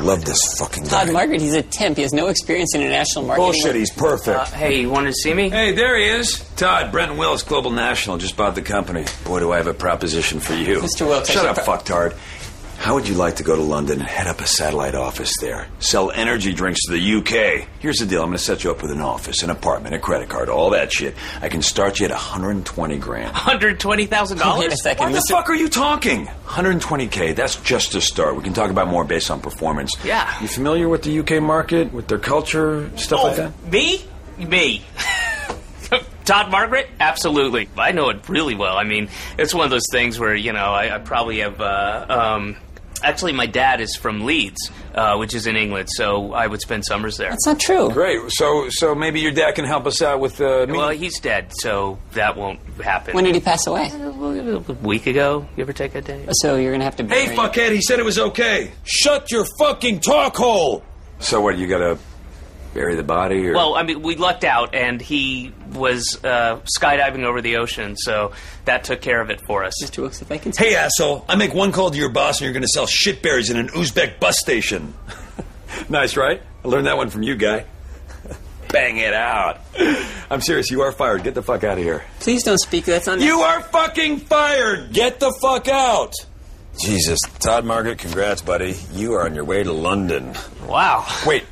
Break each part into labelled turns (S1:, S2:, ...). S1: love this fucking guy.
S2: Todd Margaret, he's a temp. He has no experience in international marketing.
S1: Bullshit, he's perfect.
S3: Uh, hey, you wanted to see me?
S4: Hey, there he is. Todd, Brent Wills, Global National, just bought the company. Boy, do I have a proposition for you.
S2: Mr. Wilkes, I
S4: Shut
S2: should
S4: up,
S2: pro-
S4: fucktard. How would you like to go to London and head up a satellite office there? Sell energy drinks to the UK. Here's the deal. I'm going to set you up with an office, an apartment, a credit card, all that shit. I can start you at 120 grand.
S3: Hundred twenty thousand dollars.
S2: Wait a second.
S4: What the
S2: Mr.
S4: fuck are you talking? 120k. That's just a start. We can talk about more based on performance.
S3: Yeah.
S4: You familiar with the UK market, with their culture, stuff like that?
S3: Oh, me? Me. Todd Margaret? Absolutely. I know it really well. I mean, it's one of those things where, you know, I, I probably have. Uh, um, actually, my dad is from Leeds, uh, which is in England, so I would spend summers there.
S2: That's not true.
S4: Great. So, so maybe your dad can help us out with uh, me.
S3: well, he's dead, so that won't happen.
S2: When did he pass away?
S3: a week ago, you ever take a day?
S2: So you're gonna have to.
S4: hey,
S2: bury-
S4: fuckhead! He said it was okay.
S1: Shut your fucking talk hole!
S4: So what? You gotta bury the body, or
S3: Well, I mean, we lucked out, and he was uh, skydiving over the ocean, so that took care of it for us.
S2: Mr. Wilkes, if I can.
S1: Hey, asshole, I make one call to your boss and you're gonna sell shitberries in an Uzbek bus station.
S4: nice, right? I learned that one from you, guy. Bang it out! I'm serious. You are fired. Get the fuck out of here.
S2: Please don't speak. That's on.
S1: You are fucking fired! Get the fuck out! Jesus. Todd Margaret, congrats, buddy. You are on your way to London.
S3: Wow.
S1: Wait,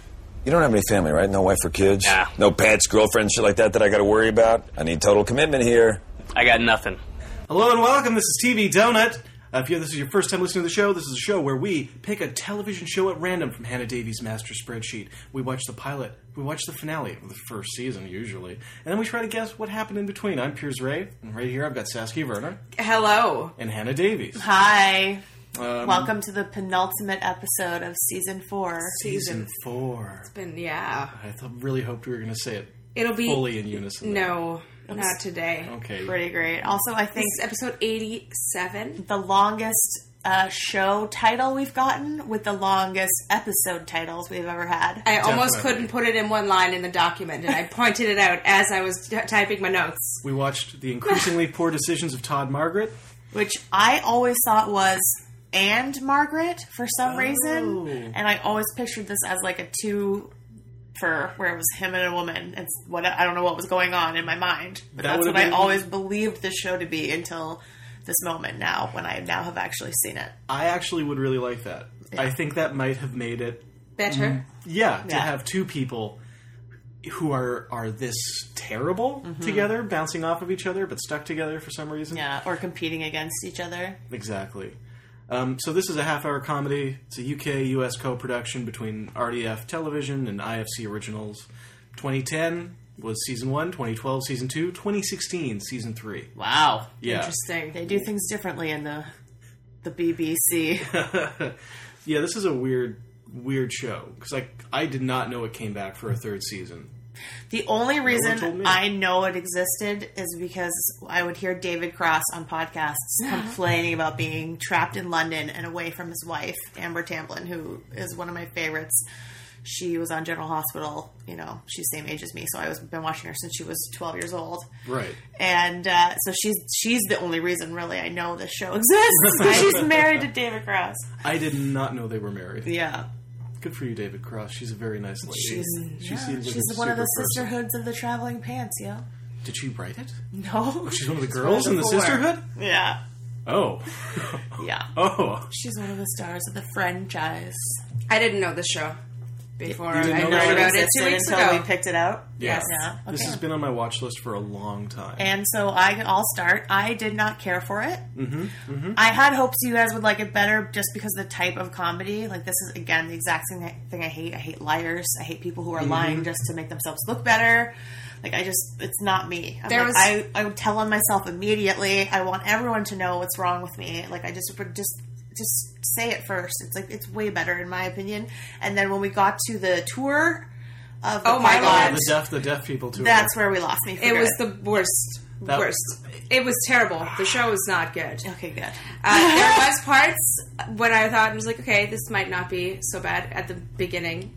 S1: you don't have any family, right? No wife or kids?
S3: Nah.
S1: No pets, girlfriend, shit like that that I gotta worry about? I need total commitment here.
S3: I got nothing.
S5: Hello and welcome. This is TV Donut. Uh, if you, this is your first time listening to the show, this is a show where we pick a television show at random from Hannah Davies' master spreadsheet. We watch the pilot, we watch the finale of the first season, usually, and then we try to guess what happened in between. I'm Piers Ray, and right here I've got Saskia Werner
S6: Hello.
S5: and Hannah Davies. Um,
S6: Hi. Welcome to the penultimate episode of season four.
S5: Season four.
S6: Been- yeah.
S5: I th- really hoped we were going to say it
S6: It'll be
S5: fully in unison.
S6: No, not today.
S5: Okay.
S6: Pretty great. Also, I think episode 87. The longest uh, show title we've gotten with the longest episode titles we've ever had.
S7: I almost
S5: Definitely.
S7: couldn't put it in one line in the document, and I pointed it out as I was t- typing my notes.
S5: We watched the increasingly poor decisions of Todd Margaret.
S6: which I always thought was and Margaret for some
S5: Oh.
S6: reason, and I always pictured this as like a two for where it was him and a woman. It's what I don't know what was going on in my mind, but
S5: That
S6: that's
S5: would've
S6: what
S5: been-
S6: I always believed this show to be until this moment now when I now have actually seen it.
S5: I actually would really like that. I think that might have made it
S7: Better.
S5: Mm-hmm. yeah, to
S6: Yeah.
S5: have two people who are are this terrible together, bouncing off of each other, but stuck together for some reason.
S6: Mm-hmm. Yeah, uh, or competing against each other.
S5: exactly. Um, so this is a half-hour comedy. It's a UK-US co-production between RDF Television and IFC Originals. 2010 was season one. 2012 season two. 2016 season three.
S6: Wow,
S5: Yeah,
S6: they
S7: Interesting.
S6: do things differently in the the BBC.
S5: yeah. This is a weird, weird show because I I did not know it came back for a third season.
S6: The only
S5: told me.
S6: reason I know it existed is because I would hear David Cross on podcasts complaining about being trapped in London and away from his wife, Amber Tamblyn, who is one of my favorites. She was on General Hospital, you know, she's same age as me, so I was been watching her since she was 12 years old.
S5: Right.
S6: And uh, so she's she's the only reason really I know this show exists because she's married to David Cross.
S5: I did not know they were married.
S6: Yeah.
S5: Good for you, David Cross. She's a very nice lady.
S6: She's
S5: she seems like
S6: she's
S5: a
S6: one
S5: super
S6: of the
S5: person.
S6: sisterhoods of the traveling pants, yeah.
S5: Did she write it?
S6: No.
S5: She's one of the girls in the
S6: four.
S5: sisterhood.
S6: Yeah.
S5: Oh,
S6: Yeah.
S5: oh.
S6: She's one of the stars of the franchise.
S7: I didn't know the show before.
S5: You didn't
S7: I
S5: know
S7: heard
S5: the show
S7: about it two weeks
S6: until
S7: ago.
S6: we picked it out.
S5: Yeah.
S6: Yeah. Okay.
S5: This has been on my watch list for a long time.
S6: and so I, I'll start. I did not care for it. Mm-hmm, I had hopes you guys would like it better just because of the type of comedy. Like, this is, again, the exact same thing I hate. I hate liars. I hate people who are lying just to make themselves look better. Like, I just, it's not me. I'm
S7: There
S6: like,
S7: was-
S6: I, I would tell on myself immediately. I want everyone to know what's wrong with me. Like, I just, just, just say it first. It's like, it's way better, in my opinion. And then when we got to the tour of the
S7: Oh my
S6: pilot,
S7: God.
S5: the deaf, the deaf people too.
S6: that's where we lost me.
S7: It
S6: Forget
S7: was the worst.
S5: That-
S7: worst. It was terrible. The show was not good.
S6: Okay, good.
S7: Uh, there was parts when I thought I was like, okay, this might not be so bad at the beginning,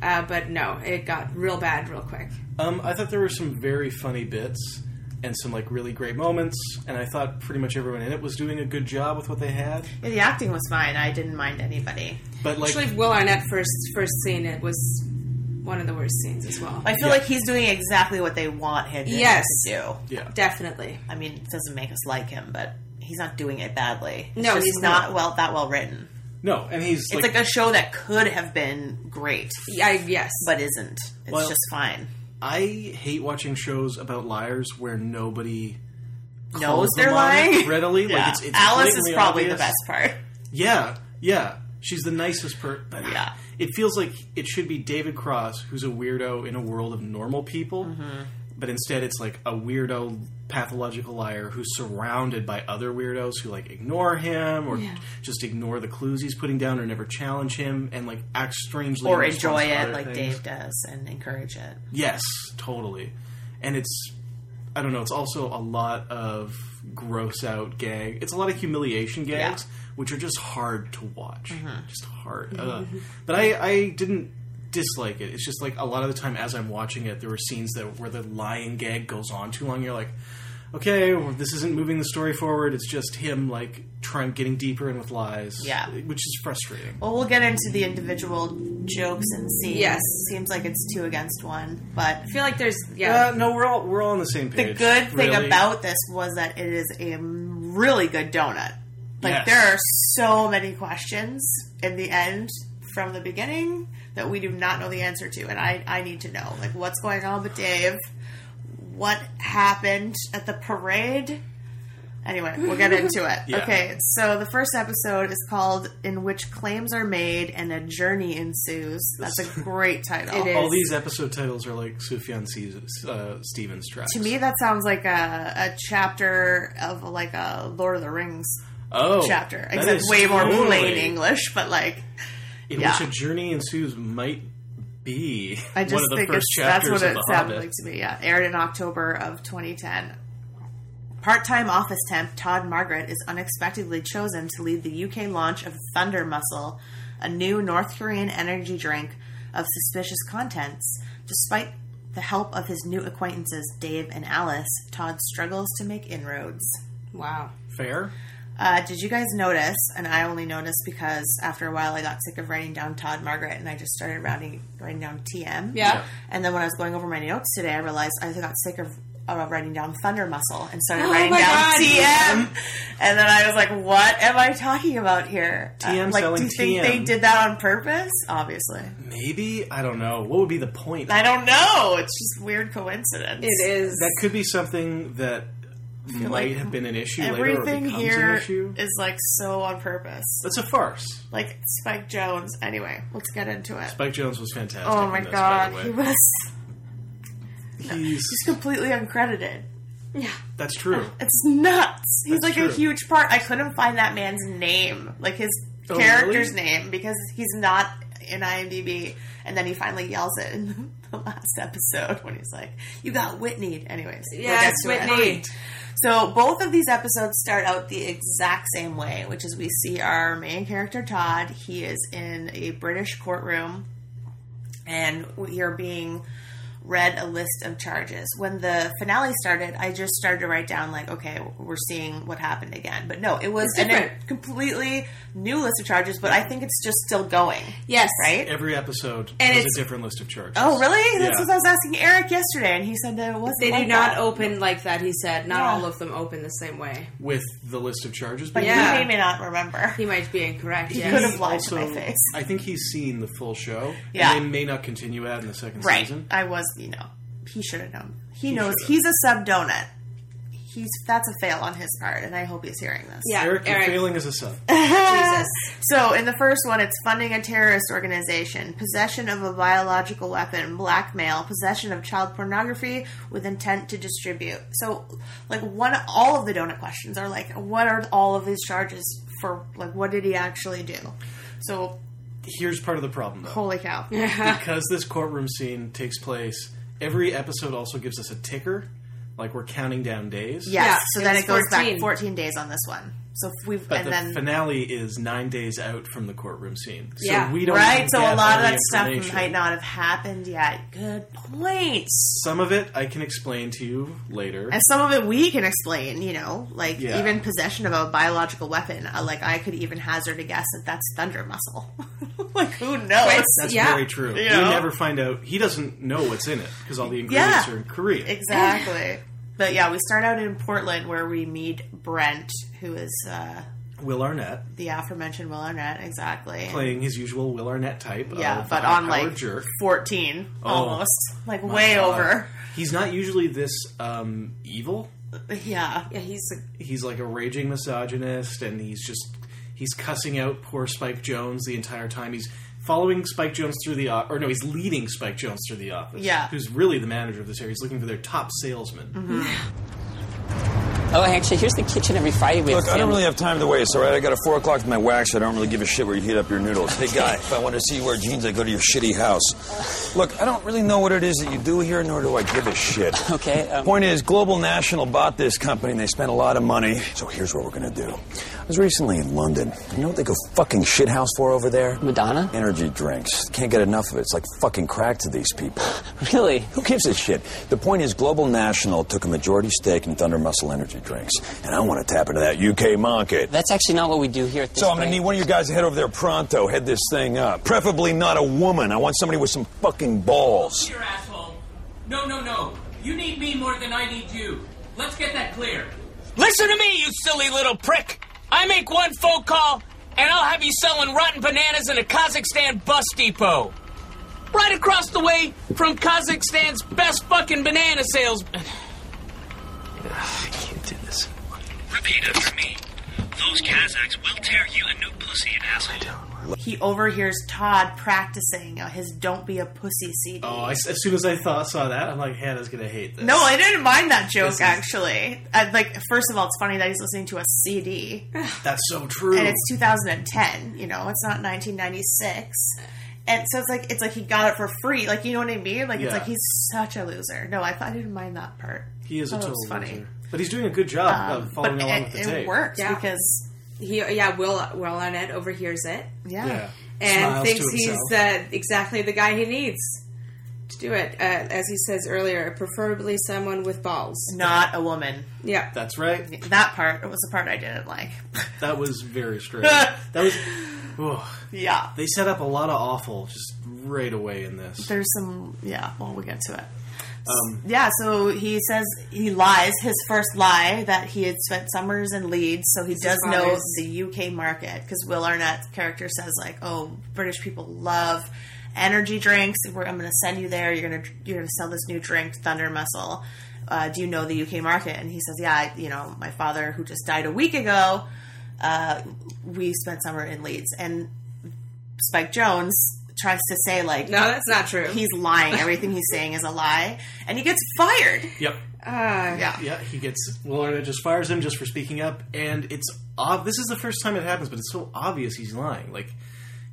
S7: uh, but no, it got real bad real quick.
S5: Um, I thought there were some very funny bits. and some like really great moments. And I thought pretty much everyone in it was doing a good job with what they had.
S6: Yeah, the acting was fine. I didn't mind anybody.
S5: But like,
S7: Actually, Will Arnett first first scene it was one of the worst scenes as well.
S6: I feel like he's doing exactly what they want him
S7: Yes.
S6: to do.
S5: yeah,
S7: Definitely.
S6: I mean, it doesn't make us like him, but he's not doing it badly. It's
S7: No,
S6: just
S7: he's
S6: not
S7: not.
S6: well that well written.
S5: no, and he's
S6: It's like, a show that could have been great,
S7: I, yes.
S6: but isn't. It's
S5: Well-
S6: just fine.
S5: I hate watching shows about liars where nobody
S6: Knows
S5: calls them
S6: they're
S5: on it
S6: lying.
S5: readily. Like
S6: Yeah.
S5: it's, it's
S6: Alice is
S5: blatantly
S6: probably
S5: obvious.
S6: the best part.
S5: Yeah, yeah, she's the nicest person.
S6: Yeah.
S5: it feels like it should be David Cross, who's a weirdo in a world of normal people.
S6: Mm-hmm.
S5: But instead, it's like a weirdo pathological liar who's surrounded by other weirdos who like ignore him or just ignore the clues he's putting down or never challenge him and like act strangely
S6: Or
S5: in response
S6: enjoy
S5: to
S6: it
S5: other
S6: like
S5: things.
S6: Dave does and encourage it.
S5: Yes, totally. And it's I don't know, it's also a lot of gross out gag. It's a lot of humiliation gags, which are just hard to watch.
S6: Mm-hmm.
S5: Just hard. Uh, but I, I didn't dislike it. It's just like a lot of the time as I'm watching it, there were scenes that where the lying gag goes on too long. You're like, okay, well, this isn't moving the story forward. It's just him like trying getting deeper in with lies.
S6: Yeah.
S5: which is frustrating.
S6: Well, we'll get into the individual jokes and see.
S7: Yes.
S6: Seems like it's two against one, but
S7: I feel like there's yeah.
S5: Uh, no, we're all we're all on the same
S6: the
S5: page.
S6: good thing
S5: really.
S6: about this was that it is a really good donut.
S5: Yes.
S6: Like there are so many questions in the end from the beginning that we do not know the answer to, and I I need to know like what's going on with Dave, what happened at the parade. Anyway, we'll get into it.
S5: Yeah.
S6: Okay, so the first episode is called "In Which Claims Are Made and a Journey Ensues." That's a great title.
S7: It is.
S5: All these episode titles are like Sufjan Seas- uh, Stevens tracks.
S6: To me, that sounds like a, a chapter of like a Lord of the Rings
S5: oh,
S6: chapter,
S5: that
S6: except
S5: is
S6: way more
S5: totally
S6: plain English. But like,
S5: In
S6: yeah.
S5: which a journey ensues might be
S6: I just
S5: one of the
S6: think
S5: first
S6: it's, that's
S5: chapters
S6: what it
S5: of The
S6: sounded
S5: Hobbit.
S6: like to me. Yeah, aired in October of 2010. Part-time office temp Todd Margaret is unexpectedly chosen to lead the UK launch of Thunder Muscle, a new North Korean energy drink of suspicious contents. Despite the help of his new acquaintances Dave and Alice, Todd struggles to make inroads.
S7: Wow.
S5: Fair.
S6: Uh, did you guys notice? And I only noticed because after a while I got sick of writing down Todd Margaret and I just started writing, writing down TM.
S7: Yeah.
S6: And then when I was going over my notes today, I realized I got sick of uh, writing down Thunder Muscle and started
S7: Oh
S6: writing
S7: my
S6: down
S7: God.
S6: TM. And then I was like, what am I talking about here? Uh,
S5: TM
S6: like, do
S5: selling
S6: you think they
S5: TM.
S6: did that on purpose? Obviously.
S5: Maybe I don't know. What would be the point?
S6: I don't know. It's just weird coincidence.
S7: It is.
S5: that could be something that might
S6: like
S5: have been an issue later or
S6: Everything
S5: becomes
S6: here
S5: an
S6: is
S5: issue.
S6: like so on purpose.
S5: It's a farce.
S6: Like Spike Jones. Anyway, let's get into it.
S5: Spike Jones was fantastic.
S6: Oh
S5: in
S6: my
S5: this,
S6: god,
S5: by
S6: he
S5: the way.
S6: was
S5: he's
S6: he's completely uncredited.
S7: yeah.
S5: that's true.
S6: It's nuts. He's
S5: That's
S6: like a
S5: true.
S6: huge part. I couldn't find that man's name, like his
S5: Oh,
S6: character's
S5: really?
S6: name, because he's not in IMDb. And then he finally yells it in the last episode when he's like, "You got Whitneyed." Anyways, we'll
S7: Yes,
S6: get to it.
S7: Whitney.
S6: So both of these episodes start out the exact same way, which is we see our main character Todd. He is in a British courtroom, and we are being read a list of charges. When the finale started, I just started to write down like, okay, we're seeing what happened again. But no, it was
S7: It's
S6: an- a
S7: different.
S6: completely new list of charges. But I think it's just still going,
S7: Yes.
S6: right?
S5: Every episode
S7: And
S5: is
S7: it's-
S5: a different list of charges.
S6: Oh, really? That's
S5: Yeah.
S6: what I was asking Eric yesterday, and he said that it wasn't.
S7: They
S6: like
S7: do not
S6: that.
S7: open like that. He said not
S6: Yeah.
S7: all of them open the same way.
S5: With the list of charges,
S6: But
S5: being
S7: Yeah.
S6: he may not remember.
S7: He might be incorrect.
S5: He
S7: yes.
S6: could have lied to my face.
S5: I think he's seen the full show.
S6: Yeah.
S5: And they may not continue that in the second
S6: Right. Uh,
S5: season.
S6: I was, you know, he should have known. He, knows
S5: should've.
S6: he's a sub donut. He's that's a fail on his part, and I hope he's hearing this.
S7: Yeah.
S5: Eric,
S7: Eric.
S5: you're failing as a sub.
S7: Jesus.
S6: So in the first one, it's funding a terrorist organization, possession of a biological weapon, blackmail, possession of child pornography with intent to distribute. So, like one, all of the donut questions are like, what are all of these charges for? Like, what did he actually do? So,
S5: Here's part of the problem, though.
S6: holy cow!
S5: Because this courtroom scene takes place, every episode also gives us a ticker, like we're counting down days.
S6: Yes.
S7: Yeah,
S6: so
S7: it
S6: then
S7: was
S6: it goes
S7: 14.
S6: back 14 days on this one. So if we've
S5: But
S6: and
S5: the
S6: then
S5: finale is nine days out from the courtroom scene. So
S7: Yeah.
S5: we don't
S6: right.
S5: even
S6: So a
S5: get
S6: lot of
S5: all
S6: that
S5: the
S6: stuff
S5: information.
S6: might not have happened yet. Good point.
S5: Some of it I can explain to you later.
S6: And some of it we can explain, you know, like
S5: Yeah.
S6: even possession of a biological weapon. uh, Like I could even hazard a guess that that's thunder muscle. like who knows?
S7: Right.
S5: That's
S7: Yeah.
S5: very true.
S6: You
S5: You
S6: know?
S5: never find out. He doesn't know what's in it because all the ingredients
S6: Yeah.
S5: are in Korea.
S6: Exactly. but yeah, we start out in Portland where we meet Brent, who is uh,
S5: Will Arnett
S6: the aforementioned Will Arnett. Exactly.
S5: playing his usual Will Arnett type.
S6: yeah,
S5: of
S6: but
S5: high
S6: on like
S5: jerk. Oh. Uh,
S6: fourteen almost, like way over.
S5: He's not usually this um, evil.
S6: Yeah,
S7: Yeah, he's a,
S5: He's like a raging misogynist, and he's just he's cussing out poor Spike Jones the entire time. He's following Spike Jones through the o- or no, he's leading Spike Jones through the office.
S6: Yeah.
S5: who's really the manager of this area. He's looking for their top salesman.
S6: Mm-hmm.
S2: Oh, actually, here's the kitchen every Friday we have
S1: Look, I don't
S2: family-
S1: really have time to waste, all right? I got a 4 o'clock with my wax. I don't really give a shit where you heat up your noodles. Hey, guy, if I want to see you wear jeans, I go to your shitty house. Look, I don't really know what it is that you do here, nor do I give a shit.
S2: Okay, um-
S1: Point is, Global National bought this company, and they spent a lot of money. So here's what we're going to do. I was recently in London. You know what they go fucking shit house for over there?
S2: Madonna?
S1: Energy drinks. Can't get enough of it. It's like fucking crack to these people.
S2: Really?
S1: Who gives a shit? The point is, Global National took a majority stake in Thunder Muscle Energy drinks, and I want to tap into that UK market.
S2: That's actually not what we do here at this
S1: so I'm gonna
S2: brand.
S1: need one of you guys to head over there pronto, head this thing up. Preferably not a woman. I want somebody with some fucking balls.
S8: Here, asshole. No, no, no. You need me more than I need you. Let's get that clear.
S3: Listen to me, you silly little prick. I make one phone call, and I'll have you selling rotten bananas in a Kazakhstan bus depot. Right across the way from Kazakhstan's best fucking banana sales. Ugh, I can't do this.
S8: Repeat after me. Those Kazakhs will tear you a new pussy and asshole.
S6: he overhears Todd practicing uh, his "Don't Be a Pussy" CD.
S5: Oh, I, as soon as I thought saw that, I'm like, Hannah's gonna hate this.
S6: No, I didn't mind that joke
S5: is-
S6: actually. I, like, first of all, it's funny that he's listening to a CD, and
S5: that's so true.
S6: it's 2010. You know, it's not 1996, and so it's like it's like he got it for free. Like, you know what I mean? Like, it's
S5: Yeah.
S6: like he's such a loser. No, I, I didn't mind that part.
S5: he is a
S6: Thought it
S5: total
S6: was Oh, funny. Um,
S5: loser. but he's doing a good job of
S6: But
S5: following along
S6: it,
S5: with the
S6: it
S5: tape.
S6: works
S7: Yeah.
S6: because
S7: he. Yeah, Will Will Arnett overhears it
S6: yeah.
S5: Yeah,
S7: and
S5: Smiles to
S7: thinks he's
S5: himself.
S7: the, exactly the guy he needs to do it. Uh, as he says earlier, preferably someone with balls.
S6: Not a woman.
S7: Yeah,
S5: That's right.
S6: That part was the part I didn't like.
S5: That was very strange. that was. Oh,
S6: yeah.
S5: they set up a lot of awful just right away in this.
S6: there's some yeah well we'll get to it yeah so he says he lies his first lie that he had spent summers in leeds so he does know
S7: father's-
S6: the uk market because will arnett's character says like oh british people love energy drinks We're, i'm going to send you there you're going to you're going to sell this new drink thunder muscle uh, do you know the uk market and he says yeah I, you know my father who just died a week ago uh, we spent summer in leeds and spike jones tries to say like
S7: no, that's not true.
S6: he's lying. Everything he's saying is a lie, and he gets fired.
S5: Yep.
S6: Yeah,
S5: Yeah, he gets. Well, Arnett just fires him just for speaking up, and it's. Ob- this is the first time it happens, but it's so obvious he's lying. Like,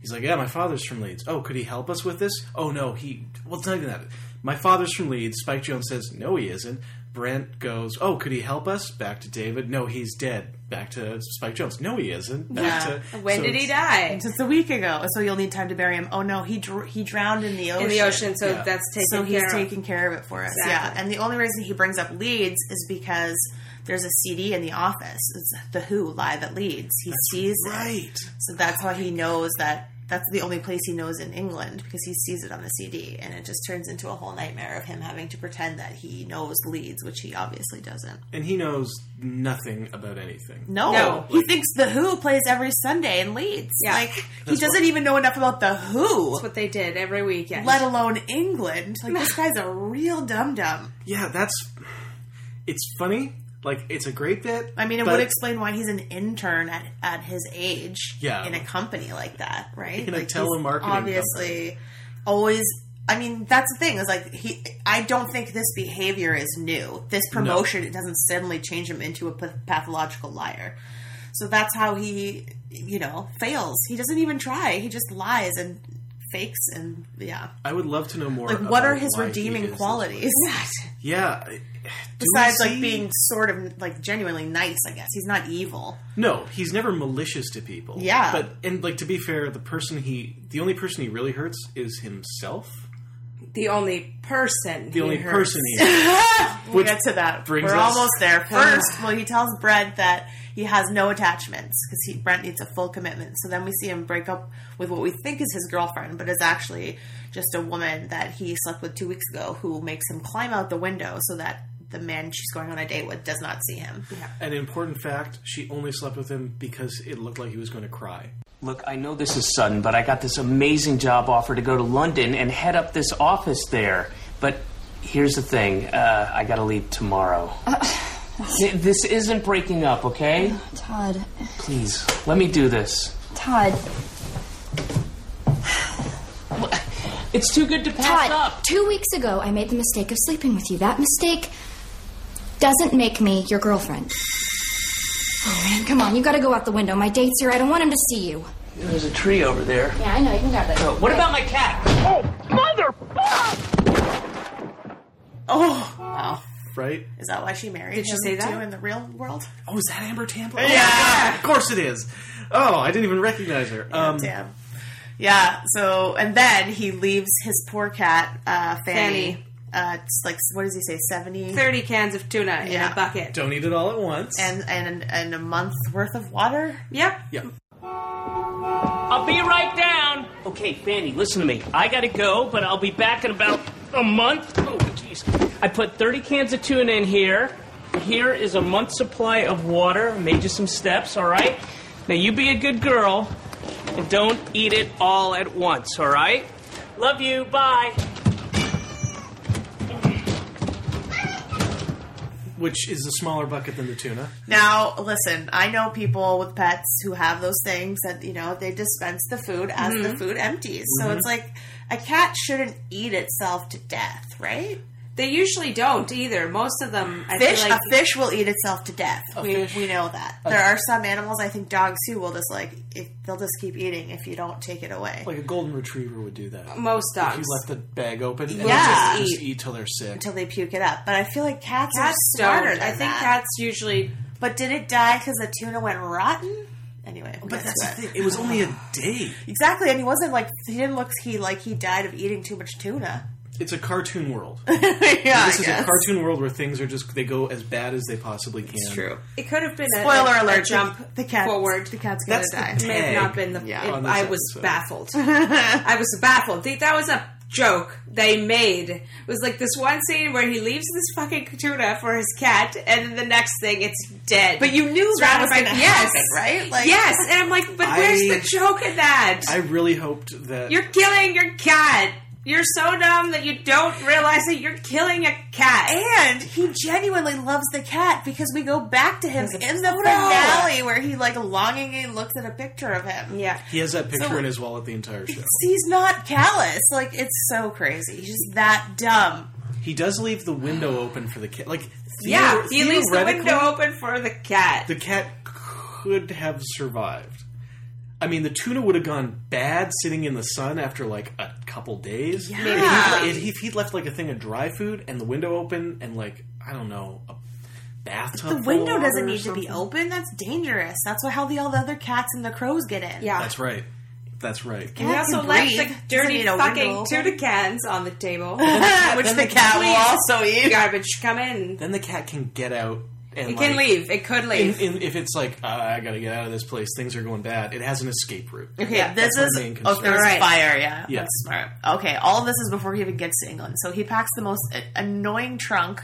S5: he's like, "Yeah, my father's from Leeds. Oh, could he help us with this? Oh no, he. Well, it's not even that. My father's from Leeds." Spike Jones says, "No, he isn't." Brent goes, "Oh, could he help us?" Back to David. No, he's dead. Back to Spike Jones. No, he isn't. Back
S6: Yeah.
S5: to
S7: when
S5: so
S7: did
S5: it's-
S7: he die?
S6: just a week ago. So you'll need time to bury him. Oh no, he dr- he drowned in the ocean.
S7: In the ocean, so
S5: Yeah.
S7: that's taken
S6: so he's
S7: care of.
S6: taking care of it for us. Yeah,
S7: Exactly.
S6: and the only reason he brings up Leeds is because there's a CD in the office. It's the Who live at Leeds. He sees it,
S5: Right.
S6: so that's why he knows that. That's the only place he knows in England because he sees it on the CD, and it just turns into a whole nightmare of him having to pretend that he knows Leeds, which he obviously doesn't.
S5: And he knows nothing about anything.
S6: No,
S7: No.
S6: he thinks the Who plays every Sunday in Leeds.
S7: Yeah.
S6: Like he doesn't even know enough about the Who,
S7: That's what they did every weekend.
S6: let alone England. Like this guy's a real dum dum.
S5: Yeah, that's. It's funny. Like it's a great bit.
S6: I mean, it
S5: but
S6: would explain why he's an intern at, at his age
S5: Yeah.
S6: in a company like that, right?
S5: In a
S6: like he's
S5: telemarketing
S6: obviously always. I mean, that's the thing is like he. I don't think this behavior is new. This promotion it doesn't suddenly change him into a path- pathological liar. So that's how he, you know, fails. He doesn't even try. He just lies and fakes and yeah.
S5: I would love to know more.
S6: Like, what
S5: about
S6: are his
S5: why he is
S6: redeeming
S5: this
S6: qualities?
S5: way. Yeah. I- do we
S6: Besides,
S5: see-
S6: like being sort of like genuinely nice, I guess he's not evil.
S5: No, he's never malicious to people.
S6: Yeah.
S5: But and like to be fair, the person he the only person he really hurts is himself.
S7: The only person.
S5: The only
S7: he hurts.
S5: person he hurts.
S6: We'll
S5: Which
S6: get to that.
S5: brings
S6: We're
S5: us-
S6: almost there. First, well, he tells Brent that he has no attachments because he Brent needs a full commitment. So then we see him break up with what we think is his girlfriend, but is actually just a woman that he slept with two weeks ago, who makes him climb out the window so that the man she's going on a date with does not see him.
S5: an important fact, she only slept with him because it looked like he was going to cry.
S3: Look, I know this is sudden, but I got this amazing job offer to go to London and head up this office there. But here's the thing uh, I gotta leave tomorrow. Th- this isn't breaking up, okay?
S9: Todd.
S3: Please, let me do this.
S9: Todd.
S3: It's too good to pass
S9: Todd.
S3: up.
S9: Two weeks ago, I made the mistake of sleeping with you. That mistake doesn't make me your girlfriend. Oh, man, come on. You gotta go out the window. My date's here. I don't want him to see you.
S3: There's a tree over there.
S9: Yeah, I know. You can grab that.
S3: What about my cat?
S6: Oh, wow!
S5: Right?
S6: Is that why she married Did
S7: she
S6: him
S7: say that?
S6: too in the real world?
S5: Oh, is that Amber Tamblyn? Yeah. of course it is. Oh, I didn't even recognize her. Um,
S6: Damn. Yeah. So and then he leaves his poor cat uh, Fanny.
S7: Fanny.
S6: Uh, it's like what does he say? Seventy.
S7: 30 cans of tuna in
S6: Yeah.
S7: a bucket.
S5: don't eat it all at once.
S6: and and and a month's worth of water.
S7: Yep.
S5: yeah.
S3: I'll be right down. Okay, Fanny, listen to me. I gotta go, but I'll be back in about a month. Oh, jeez. I put 30 cans of tuna in here. Here is a month's supply of water. I Made you some steps, all right? Now you be a good girl and don't eat it all at once, all right? Love you. Bye.
S5: Which is a smaller bucket than the tuna.
S6: Now, listen, I know people with pets who have those things that you know they dispense the food as the food empties. So it's like a cat shouldn't eat itself to death, right?
S7: They usually don't either. Most of them, I
S6: Fish,
S7: feel like.
S6: a fish will eat itself to death. We,
S5: fish-
S6: we know that. There are some animals, I think dogs too, will just like if, they'll just keep eating if you don't take it away.
S5: Like a golden retriever would do that.
S7: Most
S5: If you
S7: dogs.
S5: left the bag open, and
S6: Yeah.
S5: just, just eat till they're sick.
S6: until they puke it up, but I feel like cats,
S7: Cats
S6: are smarter.
S7: don't.
S6: Than
S7: I think
S6: that.
S7: cats usually.
S6: But did it die because the tuna went rotten? Anyway, we'll
S5: But
S6: get
S5: that's
S6: to
S5: the
S6: it.
S5: thing. It was only a day.
S6: Exactly, and he wasn't like he didn't look he like he died of eating too much tuna.
S5: It's a cartoon world.
S6: yeah,
S5: this is a cartoon world where things are just they go as bad as they possibly can. It's
S6: true.
S7: It could have been a,
S6: Spoiler
S7: a- a
S6: alert:
S7: jump
S6: the cat
S7: forward.
S6: The cat's gonna
S5: That's the
S6: die.
S5: tip.
S7: may have
S5: Tag
S7: not been the.
S6: Yeah.
S7: it-
S5: on this
S7: I was
S5: episode.
S7: baffled. I was baffled. They- that was a joke they made. It was like this one scene where he leaves this fucking tuna for his cat, and then the next thing it's dead.
S6: But you knew that was
S7: Surrounded by-
S6: gonna
S7: yes,
S6: happen, right? Like,
S7: yes, and I'm like, but where's
S5: I-
S7: the joke in that?
S5: I really hoped that
S7: You're killing your cat. You're so dumb that you don't realize that you're killing a cat.
S6: And he genuinely loves the cat because we go back to him in the finale where he like longingly looks at a picture of him.
S7: yeah.
S5: he has that picture in his wallet the entire show.
S6: He's not callous. Like it's so crazy. He's just that dumb.
S5: He does leave the window open for the cat. Like
S7: Yeah,
S5: theor-
S7: he leaves the
S5: theoretically,
S7: window open for the cat.
S5: The cat could have survived. I mean, the tuna would have gone bad sitting in the sun after like a couple days. Yeah. If, he'd, if he'd left like a thing of dry food and the window open and like I don't know a bathtub.
S6: The
S5: full of
S6: window
S5: water
S6: doesn't
S5: or
S6: need to be
S5: something.
S6: open. That's dangerous. That's what, how the all the other cats and the crows get in.
S7: yeah.
S5: That's right. That's right.
S7: And he
S6: Cat
S7: also
S6: can
S7: left
S6: breathe.
S7: the dirty
S6: Doesn't need a
S7: fucking
S6: window.
S7: tuna cans on the table.
S6: which the cat
S7: Please.
S6: will also eat.
S7: Garbage come in.
S5: Then the cat can get out and
S7: It can
S5: like,
S7: leave. It could
S5: in,
S7: leave.
S5: in, if it's like uh, I gotta get out of this place, things are going bad. It has an escape route.
S6: Okay,
S7: Yeah,
S6: this
S5: that's
S6: is
S5: my main
S6: oh,
S5: concern.
S6: there's
S7: Alright.
S6: fire. Yeah,
S5: Yeah.
S6: that's smart. Okay, all this is before he even gets to England. So he packs the most a- annoying trunk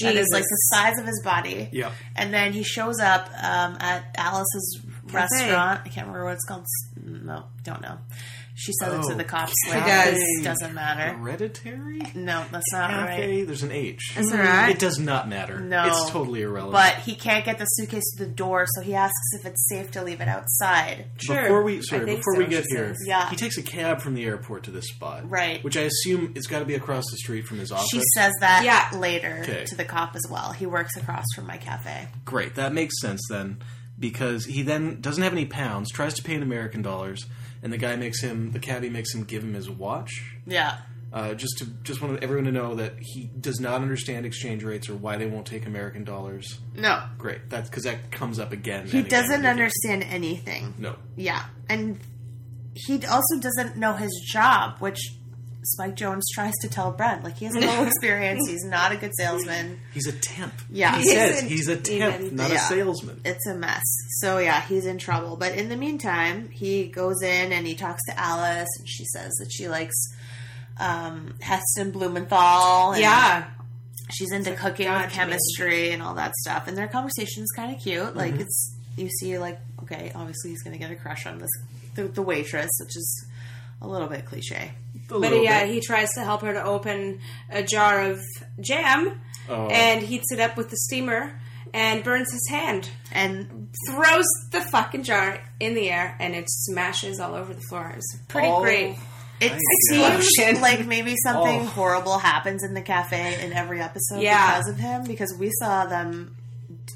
S6: that is like
S7: Jesus.
S6: the size of his body.
S5: Yeah.
S6: and then he shows up um, at Alice's restaurant. I can't remember what it's called. S- No, don't know. She says it
S5: Oh,
S6: to the cops. Like,
S7: does.
S6: This doesn't matter.
S5: Hereditary
S6: No, that's not right.
S5: cafe. There's an H.
S6: That's all right.
S5: It does not matter.
S6: No.
S5: it's totally irrelevant.
S6: But he can't get the suitcase to the door, so he asks if it's safe to leave it outside.
S7: Sure.
S5: Before we
S7: I
S5: sorry,
S7: think
S5: before
S7: so,
S5: we get
S7: she
S5: here,
S7: says.
S6: Yeah.
S5: he takes a cab from the airport to this spot,
S6: Right.
S5: Which I assume it's got to be across the street from his office.
S6: She says that
S7: Yeah.
S6: later
S5: Okay.
S6: to the cop as well. He works across from my cafe.
S5: Great, that makes sense then, because he then doesn't have any pounds, tries to pay in American dollars, and the guy makes him, the cabbie makes him give him his watch.
S6: Yeah.
S5: Uh, just to just want everyone to know that he does not understand exchange rates or why they won't take American dollars.
S6: No.
S5: Great, that's because that comes up again.
S6: He doesn't understand anything.
S5: No,
S6: Yeah. And he also doesn't know his job, which Spike Jones tries to tell Brent. Like, he has no experience. He's not a good salesman.
S5: he's a temp.
S6: Yeah.
S5: he
S6: He
S5: says
S7: isn't
S5: he's a temp,
S7: even-
S5: not a
S6: Yeah.
S5: salesman.
S6: It's a mess. So, yeah, he's in trouble. But in the meantime, he goes in and he talks to Alice, and she says that she likes um, Heston Blumenthal. And
S7: Yeah.
S6: She's into cooking
S7: God,
S6: and chemistry and all that stuff. And their conversation is kind of cute. Like
S7: Mm-hmm.
S6: it's you see like okay, obviously he's going to get a crush on this the, the waitress, which is a little bit cliche.
S5: A
S7: But
S5: little
S7: yeah,
S5: bit.
S7: he tries to help her to open a jar of jam
S5: Oh.
S7: and heats it up with the steamer and burns his hand.
S6: And
S7: Throws the fucking jar in the air and it smashes all over the floor. It was pretty
S5: All-
S7: great.
S6: it
S7: Explosion.
S6: seems like maybe something
S5: Oh.
S6: horrible happens in the cafe in every episode
S7: Yeah.
S6: because of him. Because we saw them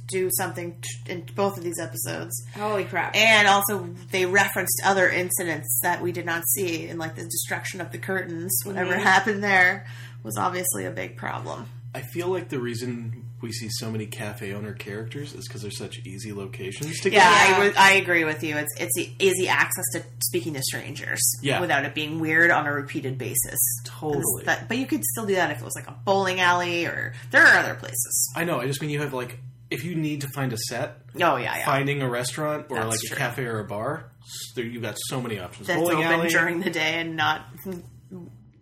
S6: do something t- in both of these episodes.
S7: Holy crap.
S6: And also, they referenced other incidents that we did not see, and like the destruction of the curtains. Whatever
S5: Mm-hmm.
S6: happened there was obviously a big problem.
S5: I feel like the reason we see so many cafe owner characters is because they're such easy locations to
S6: Yeah,
S5: go.
S6: I would- I, agree with you. It's it's e- easy access to speaking to strangers
S5: Yeah.
S6: without it being weird on a repeated basis.
S5: Totally.
S6: It's that- but you could still do that if it was like a bowling alley or there are other places.
S5: I know. I just mean you have like if you need to find a set,
S6: Oh yeah, yeah.
S5: finding a restaurant or
S6: That's
S5: like
S6: true.
S5: a cafe or a bar, s- there you've got so many options.
S6: That's
S5: Bowling
S6: open
S5: alley,
S6: during the day and not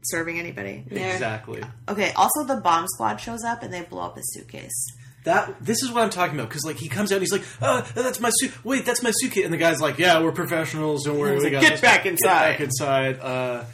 S6: serving anybody.
S5: exactly.
S6: Okay. Also, the bomb squad shows up and they blow up his suitcase.
S5: That this is what I'm talking about because like he comes out, and he's like, "Uh, that's my suit. Wait, that's my suitcase." And the guy's like, "Yeah, we're professionals. Don't worry, we got
S6: "Get
S5: this.
S6: back inside."
S5: Get back inside." Uh,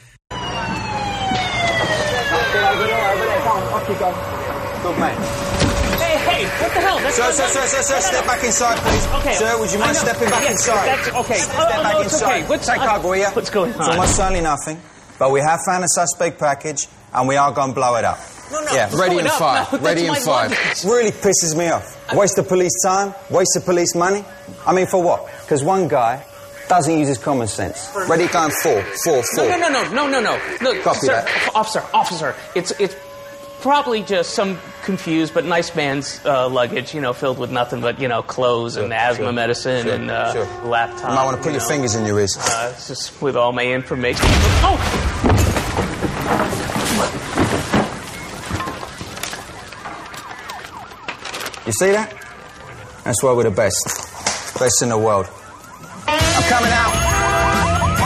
S2: Hey, hey, what the hell? That's
S10: Sir,
S2: not-
S10: sir, sir, sir, sir, step back inside, please.
S2: Okay.
S10: Sir, would you
S2: I
S10: mind
S2: know.
S10: stepping back
S2: Yes,
S10: inside?
S2: that's okay.
S10: Step
S2: Oh, oh,
S10: back
S2: no, it's
S10: inside.
S2: okay. What's-
S10: Take
S2: I-
S10: cover, will you?
S2: what's going
S10: It's
S2: on?
S10: almost certainly nothing, but we have found a suspect package, and we are going to blow it up.
S2: No, no,
S10: Yeah,
S2: it's
S10: ready
S2: going
S10: in
S2: up.
S10: five,
S2: No, that's
S10: ready in
S2: my
S10: five.
S2: luggage.
S10: Really pisses me off. Waste of police time, waste of police money. I mean, for what? Because one guy doesn't use his common sense. Ready, going four, four, four.
S2: No, no, no, no, no, no, no. Look,
S10: Copy
S2: sir,
S10: that.
S2: officer, officer. It's it's probably just some confused but nice man's uh, luggage, you know, filled with nothing but you know clothes and asthma
S10: sure,
S2: medicine
S10: sure,
S2: and uh,
S10: sure.
S2: laptop.
S10: You might want to put
S2: you
S10: your
S2: know.
S10: fingers in your ears.
S2: Uh, it's just with all my information. Oh,
S10: You see that? That's why we're the best. Best in the world. I'm coming out.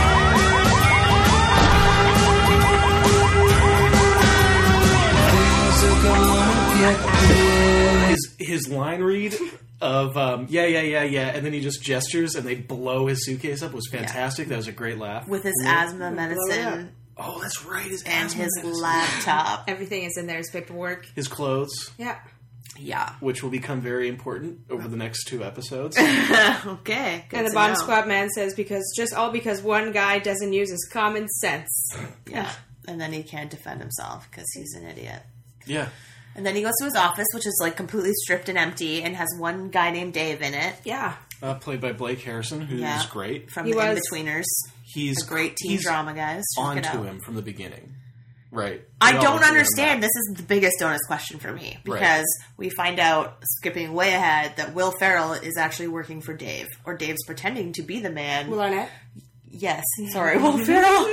S5: his his line read of um, "Yeah, yeah, yeah, yeah," and then he just gestures and they blow his suitcase up was fantastic. That was a great laugh.
S6: with his asthma medicine
S5: oh, that's right. His
S6: and
S5: asthma
S6: his
S5: medicine.
S6: laptop.
S7: Everything is in there. His paperwork.
S5: his clothes,
S7: Yeah.
S6: yeah.
S5: which will become very important over the next two episodes.
S6: Okay. good
S7: And the
S6: to
S7: bomb
S6: know.
S7: squad man says because just all because one guy doesn't use his common sense.
S6: Yeah. And then he can't defend himself because he's an idiot.
S5: yeah,
S6: And then he goes to his office, which is like completely stripped and empty, and has one guy named Dave in it
S7: Yeah.
S5: uh, played by Blake Harrison, who's
S6: Yeah.
S5: great.
S6: from
S7: He
S6: the
S7: was-
S6: Inbetweeners.
S5: He's
S6: The great teen
S5: he's
S6: drama guys. Check it out.
S5: Onto him from the beginning, right?
S6: I
S5: We all
S6: don't
S5: agree on
S6: understand.
S5: that.
S6: This is the biggest donut question for me
S5: Right.
S6: because we find out, skipping way ahead, that Will Ferrell is actually working for Dave, or Dave's pretending to be the man.
S7: Lynette.
S6: yes, sorry, Will Ferrell.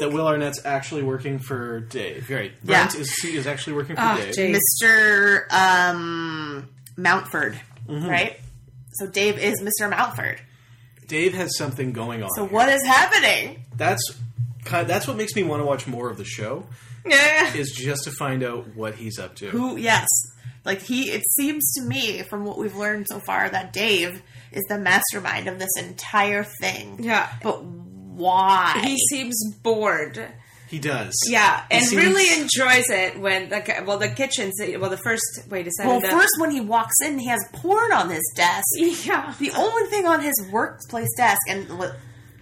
S5: That Will Arnett's actually working for Dave. Right?
S6: Yeah. Ah,
S5: Brent is is actually working for Dave.
S6: Mr. Um, Mountford,
S7: Mm-hmm.
S6: right? So Dave is Mr. Mountford.
S5: Dave has something going on.
S6: So
S5: here.
S6: what is happening?
S5: That's ki- that's what makes me want to watch more of the show
S6: Yeah.
S5: is just to find out what he's up to.
S6: Who? Yes. Like he. It seems to me, from what we've learned so far, that Dave is the mastermind of this entire thing.
S7: Yeah.
S6: But why?
S7: He seems bored.
S5: He does.
S7: Yeah,
S5: He
S7: and
S5: seems-
S7: really enjoys it when the ki- well the kitchen. Well, the first wait a second.
S6: well,
S7: the-
S6: first when he walks in, he has porn on his desk.
S7: yeah,
S6: The only thing on his workplace desk, and what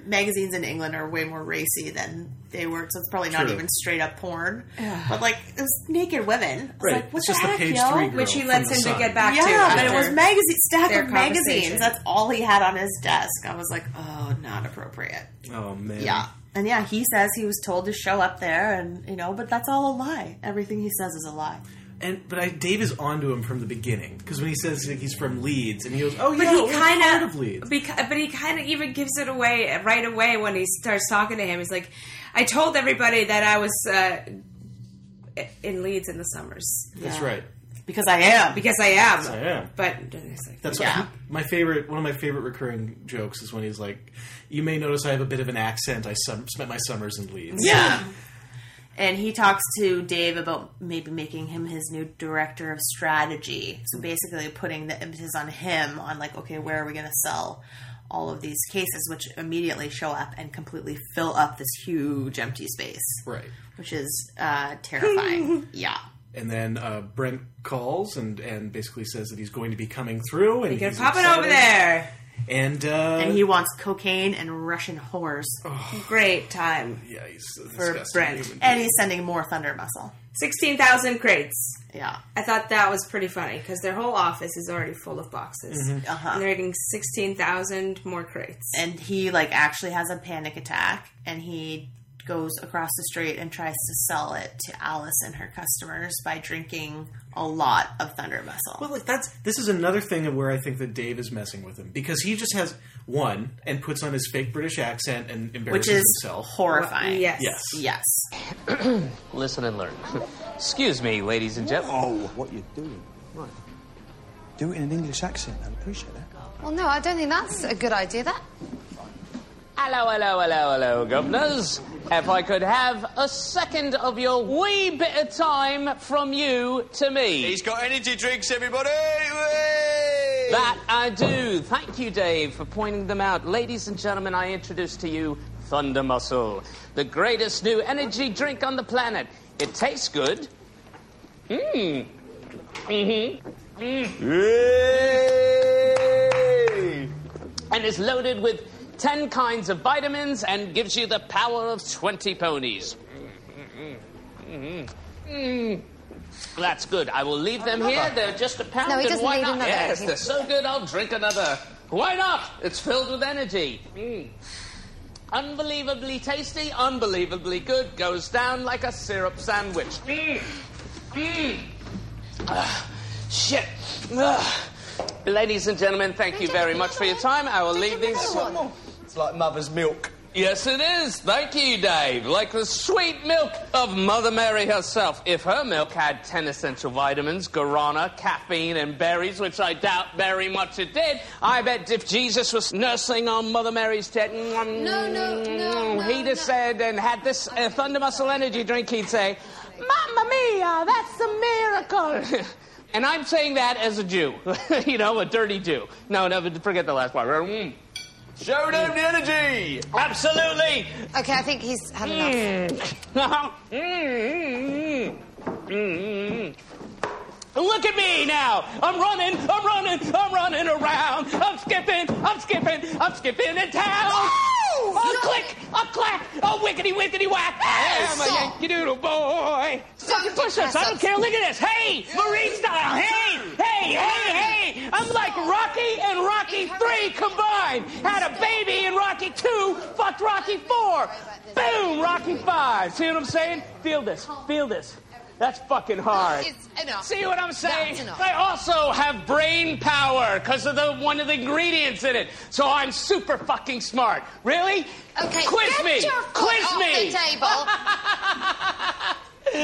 S6: magazines in England are way more racy than they were, so it's probably not
S5: True.
S6: even straight up porn.
S7: Yeah.
S6: But like it was naked women. I was
S5: Right.
S6: like, what
S5: It's
S6: the
S5: just the
S6: heck,
S5: page
S6: yo?
S5: three girl
S7: Which he
S5: from
S7: lets him
S5: the
S7: to
S5: sun.
S7: get back to.
S6: yeah, but it
S7: after
S6: was magazine stack
S7: their
S6: of
S7: conversation.
S6: magazines. That's all he had on his desk. I was like, oh, not appropriate.
S5: Oh man.
S6: Yeah. And yeah, he says he was told to show up there, and you know, but that's all a lie. Everything he says is a lie.
S5: And but I, Dave is onto him from the beginning because when he says like, he's from Leeds and he goes, "Oh
S7: But
S5: yeah,
S7: he
S5: we're
S7: kind
S5: part
S7: of,
S5: of Leeds."
S7: beca- but he kind of even gives it away right away when he starts talking to him. He's like, "I told everybody that I was uh, in Leeds in the summers
S5: That's
S6: Yeah.
S5: right.
S6: Because I am.
S7: because I am."
S5: I am.
S7: But it's like,
S5: That's
S6: Yeah.
S5: what, my favorite. One of my favorite recurring jokes is when he's like, "You may notice I have a bit of an accent. I sum- spent my summers in Leeds."
S6: Yeah. And he talks to Dave about maybe making him his new director of strategy. So basically putting the emphasis on him on like, okay, where are we going to sell all of these cases, which immediately show up and completely fill up this huge empty space,
S5: Right.
S6: which is uh, terrifying. yeah.
S5: And then uh, Brent calls and, and basically says that he's going to be coming through and
S7: "You're
S5: he's
S7: popping
S5: excited.
S7: over there.
S5: And, uh,
S6: And he wants cocaine and Russian whores.
S7: Great time.
S5: yeah, he's a
S7: for
S5: disgusting
S7: Brent.
S5: human.
S6: And he's sending more thunder muscle.
S7: Sixteen thousand crates."
S6: Yeah.
S7: I thought that was pretty funny because their whole office is already full of boxes,
S5: Mm-hmm.
S6: Uh-huh.
S7: and they're getting sixteen thousand more crates.
S6: and he like actually has a panic attack and he goes across the street and tries to sell it to Alice and her customers by drinking a lot of thunder muscle.
S5: Well, like that's this is another thing of where I think that Dave is messing with him because he just has one and puts on his fake British accent and
S6: which
S5: embarrasses
S6: is
S5: himself.
S6: horrifying.
S7: Yes.
S5: Yes.
S6: Yes.
S2: Listen and learn. Excuse me, ladies and gentlemen.
S11: Oh, what you doing? Do it in an English accent. I'd appreciate that.
S12: Well, no, I don't think that's a good idea. That
S2: Hello, hello, hello, hello, governors. If I could have a second of your wee bit of time from you to me.
S4: got energy drinks, everybody!
S2: That I do. Thank you, Dave, for pointing them out. Ladies and gentlemen, I introduce to you Thunder Muscle, the greatest new energy drink on the planet. It tastes good. Mmm. Mm-hmm. and is loaded with 10 kinds of vitamins and gives you the power of 20 ponies. Mm, mm. That's good. I will leave them here. They're just a pound.
S12: No, he
S2: and
S12: doesn't
S2: why
S12: need
S2: not?
S12: another.
S2: Yes,
S12: He-
S2: they're so good, I'll drink another. Why not? It's filled with energy. Mm. Unbelievably tasty, unbelievably good, goes down like a syrup sandwich. Mm. Mm. Ah, shit. Ugh. Ladies and gentlemen, thank you very much for your time. I will leave these.
S11: It's like mother's milk.
S2: Yes, it is. Thank you, Dave. Like the sweet milk of Mother Mary herself. If her milk had 10 essential vitamins, guarana, caffeine, and berries, which I doubt very much it did, I bet if Jesus was nursing on Mother Mary's tet, no,
S12: No, no, no,
S2: he'd have
S12: no.
S2: said and had this uh, Thunder Muscle Energy drink, he'd say, Mamma mia, that's a miracle. and I'm saying that as a Jew, you know, a dirty Jew. No, no, forget the last part. Mm.
S11: Show them the energy!
S2: Absolutely.
S12: okay. I think he's had enough.
S2: Mm. Look at me now! I'm running, I'm running, I'm running around. I'm skipping, I'm skipping, I'm skipping in town. A click, a clack, a wickety wickety whack. I am a
S12: Stop.
S2: Yankee Doodle boy. Stop your push-ups. I don't
S12: Press-ups.
S2: care. Look at this. Hey, Marine style. Hey, hey, hey, hey. I'm like Rocky and Rocky Three combined. Had a baby in Rocky Two. Fucked Rocky Four. Boom, Rocky Five. See what I'm saying? Feel this. Feel this. That's fucking hard.
S12: It's enough.
S2: See what I'm saying?
S12: That's enough.
S2: I also have brain power because of the one of the ingredients in it. So I'm super fucking smart. Really?
S12: Okay,
S2: Quiz
S12: get
S2: me.
S12: your foot
S2: Quiz
S12: off
S2: me.
S12: the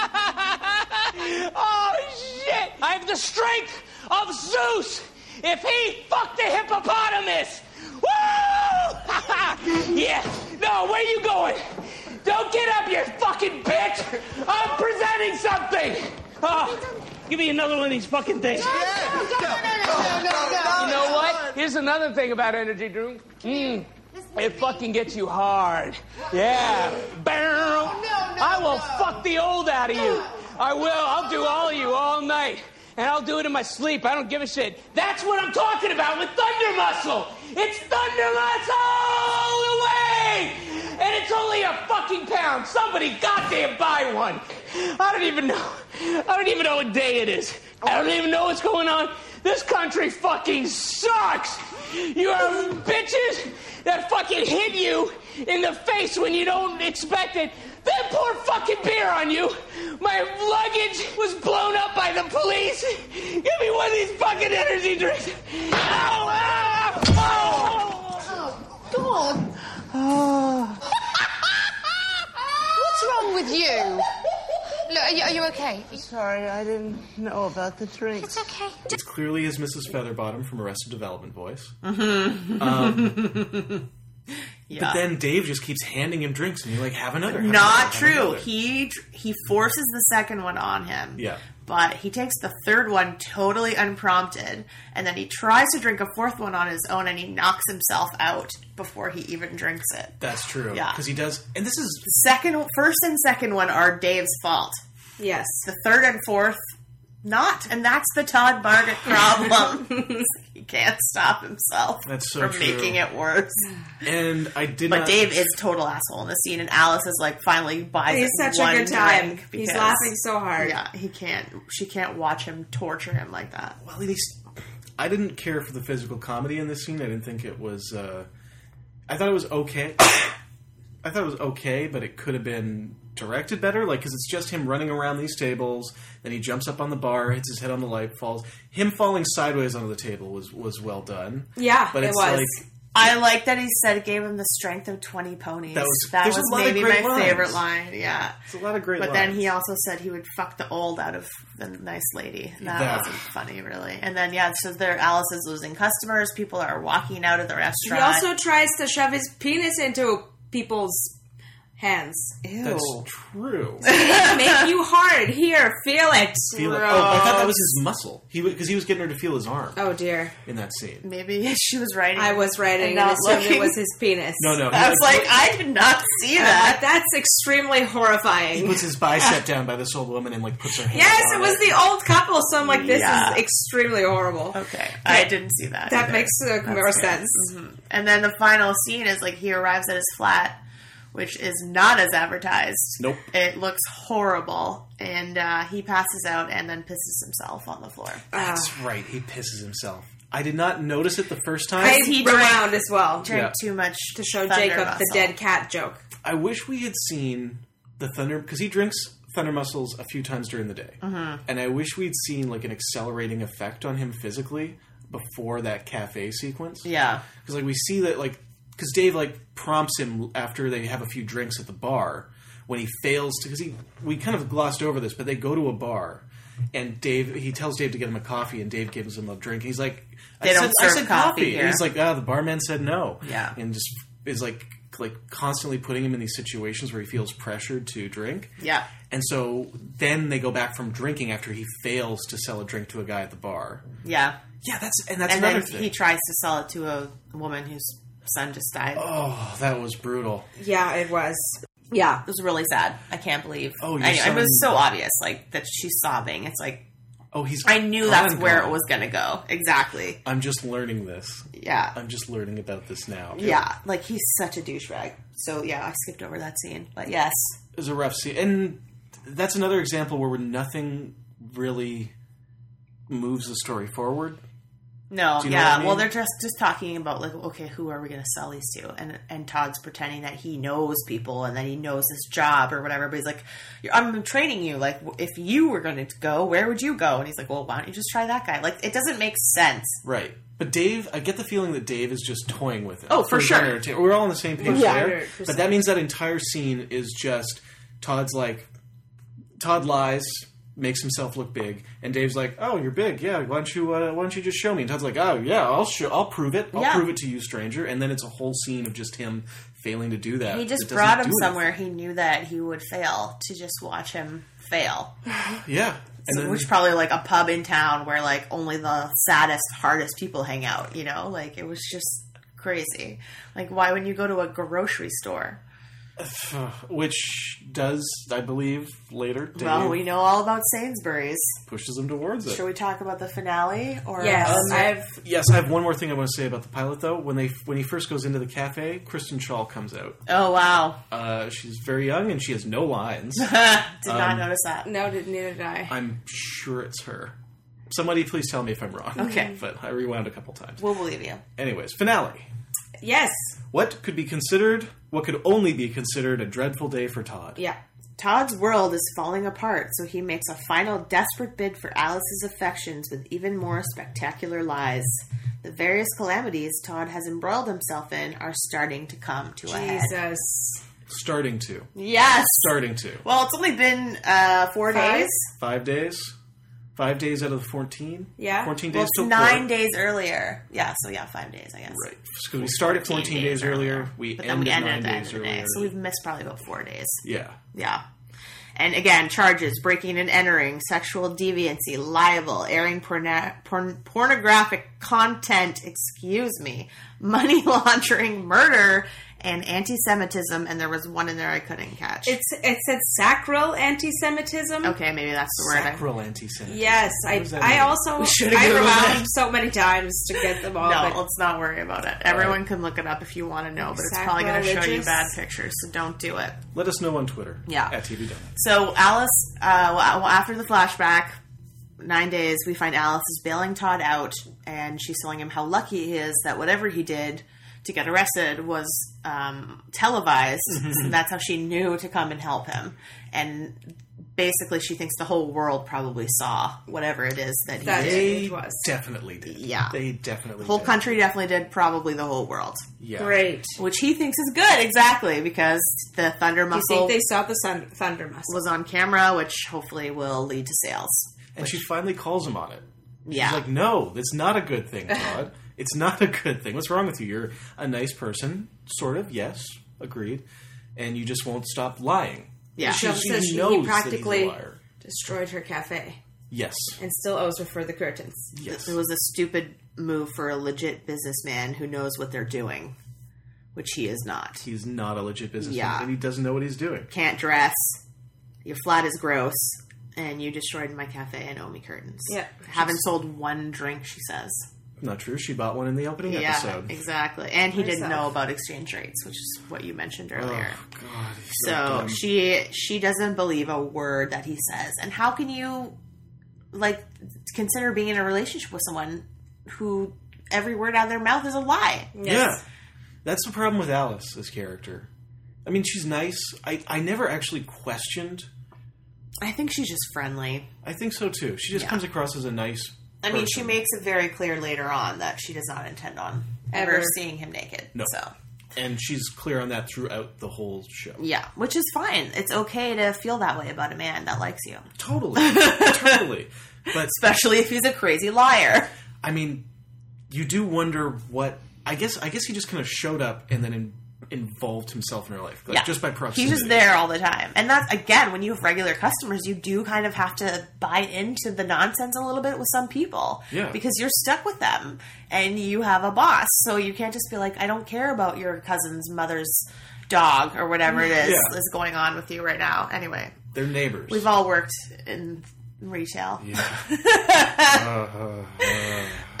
S12: table.
S2: oh shit! I have the strength of Zeus. If he fucked a hippopotamus, woo! yeah. No, where you going? Don't get up, you fucking bitch! I'm presenting something. Oh, give me another one of these fucking things. You know what? Here's another thing about energy drink. Mm. It fucking gets you hard. Yeah. Barrel.
S12: no,
S2: I will
S12: no.
S2: fuck the old out of you. I will. I'll do all you all night. and I'll do it in my sleep. I don't give a shit. That's what I'm talking about with Thunder Muscle. It's Thunder Muscle away, and it's only a fucking pound. Somebody goddamn buy one. I don't even know. I don't even know what day it is. I don't even know what's going on. This country fucking sucks. You are bitches that fucking hit you in the face when you don't expect it. They poured fucking beer on you. My luggage was blown up by the police. Give me one of these fucking energy drinks. Ow, ow, ow,
S12: Oh, God.
S2: Ah.
S12: What's wrong with you? Look, are you, are you okay?
S13: Sorry, I didn't know about the drinks.
S12: It's okay.
S5: It's clearly is Mrs. Featherbottom from Arrested Development voice.
S6: Mhm.
S5: Um,
S6: Yeah.
S5: But then Dave just keeps handing him drinks, and you're like, "Have another." have
S6: Not
S5: another, have
S6: true.
S5: another."
S6: He he forces the second one on him.
S5: Yeah.
S6: But he takes the third one totally unprompted, and then he tries to drink a fourth one on his own, and he knocks himself out before he even drinks it.
S5: That's true.
S6: Yeah.
S5: Because he does. And this is
S6: The second, first and second one are Dave's fault.
S7: Yes.
S6: The third and fourth, not, and that's the Todd Barnett problem. he can't stop himself
S5: That's so
S6: from
S5: true.
S6: making it worse.
S5: And I did.
S6: But
S5: not-
S6: Dave is total asshole in the scene, and Alice is like finally buys.
S7: He's
S6: it
S7: such a
S6: one
S7: good time.
S6: drink
S7: He's
S6: because-
S7: laughing so hard.
S6: Yeah, he can't. She can't watch him torture him like that.
S5: Well, at least I didn't care for the physical comedy in this scene. I didn't think it was. Uh, I thought it was okay. I thought it was okay, but it could have been directed better. Like, because it's just him running around these tables, then he jumps up on the bar, hits his head on the light, falls. Him falling sideways onto the table was was well done. but it's like
S6: I like that he said it gave him the strength of twenty ponies.
S5: That was-
S6: that
S5: there's
S6: was
S5: a lot of
S6: maybe my
S5: great lines.
S6: favorite line. Yeah,
S5: it's a lot of great.
S6: but then
S5: lines.
S6: he also said he would fuck the old out of the nice lady. And That
S5: That-
S6: wasn't funny, really. And then yeah, so there, Alice is losing customers. People are walking out of the
S7: He
S6: restaurant.
S7: also tries to shove his penis into people's hands. Ew.
S5: That's true.
S7: make you hard. Here, feel it.
S5: Feel it. Oh, I thought that was his muscle. He because he was getting her to feel his arm
S7: Oh dear.
S5: in that scene.
S6: Maybe she was writing.
S7: I was writing and,
S6: and not
S7: assumed it
S6: looking.
S7: was his penis.
S5: No, no, he I was like- like,
S6: I did not see
S7: I'm
S6: that.
S7: like, That's extremely
S5: He
S7: horrifying.
S5: puts his bicep down by this old woman and like puts her hand.
S7: Yes,
S5: on
S7: it was the old couple, so I'm like, this
S5: Yeah.
S7: is extremely horrible.
S6: Okay. I didn't see that.
S7: That
S6: either.
S7: makes uh,
S6: That's
S7: more
S6: good.
S7: sense.
S6: Mhm. And then the final scene is like he arrives at his flat, which is not as advertised.
S5: Nope.
S6: It looks horrible, and uh, he passes out and then pisses himself on the floor.
S5: That's right. He pisses himself. I did not notice it the first time.
S7: I around as well.
S6: Drank too much
S7: to show
S6: Thunder
S7: Jacob the
S6: Muscle.
S7: dead cat joke.
S5: I wish we had seen the thunder because he drinks thunder muscles a few times during the day,
S7: Mm-hmm.
S6: Mhm.
S5: and I wish we'd seen like an accelerating effect on him physically before that cafe sequence.
S6: Yeah.
S5: because like we see that like because Dave like prompts him after they have a few drinks at the bar when he fails to because he we kind of glossed over this, but they go to a bar. And Dave, he tells Dave to get him a coffee, and Dave gives him a drink. He's like,
S6: They
S5: I
S6: don't
S5: said, I
S6: serve
S5: said
S6: coffee
S5: And He's
S6: here.
S5: like, ah, the barman said no.
S6: Yeah.
S5: and just is like like constantly putting him in these situations where he feels pressured to drink.
S6: Yeah.
S5: And so then they go back from drinking after he fails to sell a drink to a guy at the bar.
S6: Yeah.
S5: Yeah, that's and that's
S6: then
S5: another thing.
S6: he tries to sell it to a woman whose son just died.
S5: Oh, that was brutal.
S7: Yeah, it was. Yeah.
S6: It was really sad. I can't believe.
S5: Oh, your
S6: I, it was
S5: son-
S6: so obvious, like that she's sobbing. It's like
S5: Oh, he's.
S6: I knew that's
S5: gone,
S6: where
S5: gone.
S6: it was going to go. Exactly.
S5: I'm just learning this.
S6: Yeah.
S5: I'm just learning about this now.
S6: Yeah, like he's such a douchebag. So yeah, I skipped over that scene, but yes,
S5: It was a rough scene, and that's another example where nothing really moves the story forward.
S6: no,
S5: Do you know
S6: yeah.
S5: what I mean?
S6: Well, they're just just talking about like, okay, who are we going to sell these to? And and Todd's pretending that he knows people and that he knows his job or whatever. But he's like, "You're- I'm training you. Like, w- if you were going to go, where would you go? And he's like, well, why don't you just try that guy? Like, it doesn't make sense.
S5: Right. But Dave, I get the feeling that Dave is just toying with it.
S6: Oh, for
S5: He's not
S6: sure.
S5: entertain- We're all on the same page
S6: Yeah.
S5: there.
S6: 100%.
S5: But that means that entire scene is just Todd's like, Todd lies, makes himself look big, and Dave's like, "Oh, you're big. Yeah. Why don't you? Uh, why don't you just show me?" And Todd's like, "Oh, yeah. I'll show. I'll prove it. I'll
S6: Yeah.
S5: prove it to you, stranger." And then it's a whole scene of just him failing to do that.
S6: He
S5: It
S6: just
S5: doesn't
S6: brought him
S5: do anything.
S6: somewhere he knew that he would fail to just watch him fail.
S5: Yeah. And
S6: So,
S5: then-
S6: which probably like a pub in town where like only the saddest, hardest people hang out. You know, like it was just crazy. Like, why wouldn't you go to a grocery store?
S5: Which does, I believe, later. Dave
S6: Well, we know all about Sainsbury's.
S5: pushes him towards it.
S6: Shall we talk about the finale? Or
S7: Yes.
S6: else?
S7: Um,
S6: I've
S5: Yes, I have one more thing I want to say about the pilot, though. When they when he first goes into the cafe, Kristen Shaw comes out.
S6: Oh wow!
S5: Uh, she's very young and she has no lines.
S6: did not
S5: Um,
S6: notice that.
S7: No, didn't neither did I.
S5: I'm sure it's her. Somebody, please tell me if I'm wrong.
S7: Okay.
S5: but I rewound a couple times.
S6: We'll believe you.
S5: Anyways, finale.
S7: Yes.
S5: What could be considered? What could only be considered a dreadful day for Todd?
S6: Yeah. Todd's world is falling apart, so he makes a final desperate bid for Alice's affections with even more spectacular lies. The various calamities Todd has embroiled himself in are starting to come to a head.
S7: Jesus.
S5: Starting to.
S6: Yes.
S5: Starting to.
S6: Well, it's only been uh, four
S7: Five?
S6: days.
S5: Five days. Five days out of the fourteen.
S6: Yeah.
S5: Fourteen
S6: Well,
S5: days
S6: it's
S5: till court.
S6: nine days earlier. Yeah, so yeah, five days, I guess. Right.
S5: Because we started fourteen days, earlier. We
S6: But then
S5: ended
S6: we ended
S5: nine
S6: at the end
S5: days
S6: of the
S5: earlier.
S6: day, so we've missed probably about four days.
S5: Yeah.
S6: Yeah. And again, charges breaking and entering, sexual deviancy, libel, airing porna- porn- pornographic content, excuse me, money laundering, murder, and anti Semitism. And there was one in there I couldn't catch.
S7: It's it said sacral anti-Semitism.
S6: Okay, maybe that's the word. I-
S5: Sacral anti-Semitism.
S7: Yes, I
S6: does that
S7: I
S6: mean?
S7: also
S6: We should've
S7: I
S6: Googled
S7: rewound
S6: that.
S7: so many times to get them all.
S6: no,
S7: but
S6: Oh, let's not worry about it. Everyone can look it up if you want to know, but it's probably going to show you
S7: Sacrilegious.
S6: bad pictures, so don't do it.
S5: Let us know on Twitter.
S6: Yeah.
S5: At TV Dome.
S6: So Alice, uh, well, after the flashback, nine days, we find Alice is bailing Todd out, and she's telling him how lucky he is that whatever he did to get arrested was um, televised. so that's how she knew to come and help him. And basically, she thinks the whole world probably saw whatever it is that he did.
S5: they definitely did.
S6: Yeah.
S5: They definitely
S6: The whole
S5: did.
S6: country definitely did, probably the whole world.
S5: Yeah. Great.
S6: Which he thinks is good, exactly, because the thunder
S7: do you
S6: muscle
S7: think they saw the sun, thunder muscle?
S6: was on camera, which hopefully will lead to sales.
S5: And she finally calls him on it. She's
S6: Yeah.
S5: like, no, it's not a good thing, Todd. it's not a good thing. What's wrong with you? You're a nice person, sort of. Yes, agreed. And you just won't stop lying.
S7: Yeah.
S5: she,
S7: She
S5: she
S7: says he
S5: knows that
S7: practically-
S5: he's a liar.
S7: Destroyed her cafe
S5: Yes.
S7: and still owes her for the curtains.
S6: It was a stupid move for a legit businessman who knows what they're doing, which he is not.
S5: He's not a legit businessman,
S6: Yeah.
S5: and he doesn't know what he's doing.
S6: Can't dress. Your flat is gross. And you destroyed my cafe and owe me curtains.
S7: Yeah.
S6: Haven't sold one drink, she says.
S5: Not true. She bought one in the opening
S6: yeah,
S5: episode.
S6: exactly. And he didn't
S5: Myself.
S6: know about exchange rates, which is what you mentioned earlier.
S5: Oh, God, he's
S6: so
S5: dumb.
S6: she she doesn't believe a word that he says. And how can you like consider being in a relationship with someone who every word out of their mouth is a lie?
S5: Yeah. That's the problem with Alice's character. I mean, she's nice. I, I never actually questioned.
S6: I think she's just friendly.
S5: I think so too. She just
S6: Yeah.
S5: comes across as a nice.
S6: I mean, she
S5: person.
S6: makes it very clear later on that she does not intend on ever,
S7: Ever.
S6: seeing him naked.
S5: No.
S6: So,
S5: And she's clear on that throughout the whole show.
S6: yeah, which is fine. It's okay to feel that way about a man that likes you,
S5: Totally. totally. But
S6: especially if he's a crazy liar.
S5: I mean, you do wonder what I guess I guess he just kind of showed up and then in, involved himself in her life. Like
S6: yeah.
S5: just by proximity.
S6: He's just there all the time. And that's, again, when you have regular customers, you do kind of have to buy into the nonsense a little bit with some people.
S5: Yeah.
S6: Because you're stuck with them and you have a boss. So you can't just be like, I don't care about your cousin's mother's dog or whatever it is
S5: Yeah.
S6: is going on with you right now. Anyway,
S5: They're neighbors.
S6: we've all worked in retail.
S5: Uh, uh,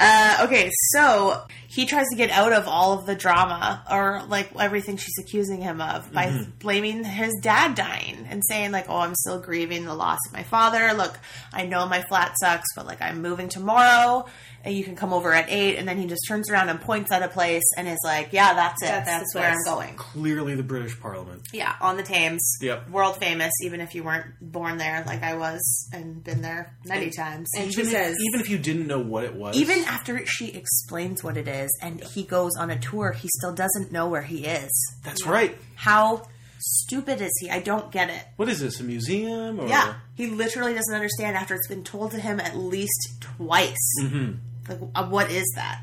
S6: Uh, okay, so he tries to get out of all of the drama or like everything she's accusing him of by
S5: Mm-hmm.
S14: Mhm.
S6: blaming his dad dying and saying like, "Oh, I'm still grieving the loss of my father. Look, I know my flat sucks, but like I'm moving tomorrow, and you can come over at 8. And then he just turns around and points at a place and is like, "Yeah, that's it.
S7: That's
S6: That's,
S7: the
S6: where I'm
S7: place."
S6: going."
S5: clearly the British Parliament.
S6: Yeah, on the Thames.
S5: Yep.
S6: World famous, even if you weren't born there like I was and been there many times.
S5: even if, even if you didn't know what it was.
S6: Even after she explains what it is and he goes on a tour, he still doesn't know where he is.
S5: That's right.
S6: How stupid is he? I don't get it.
S5: What is this? A museum? Or
S6: Yeah. He literally doesn't understand after it's been told to him at least twice.
S5: hmm
S6: Like, uh, what is that?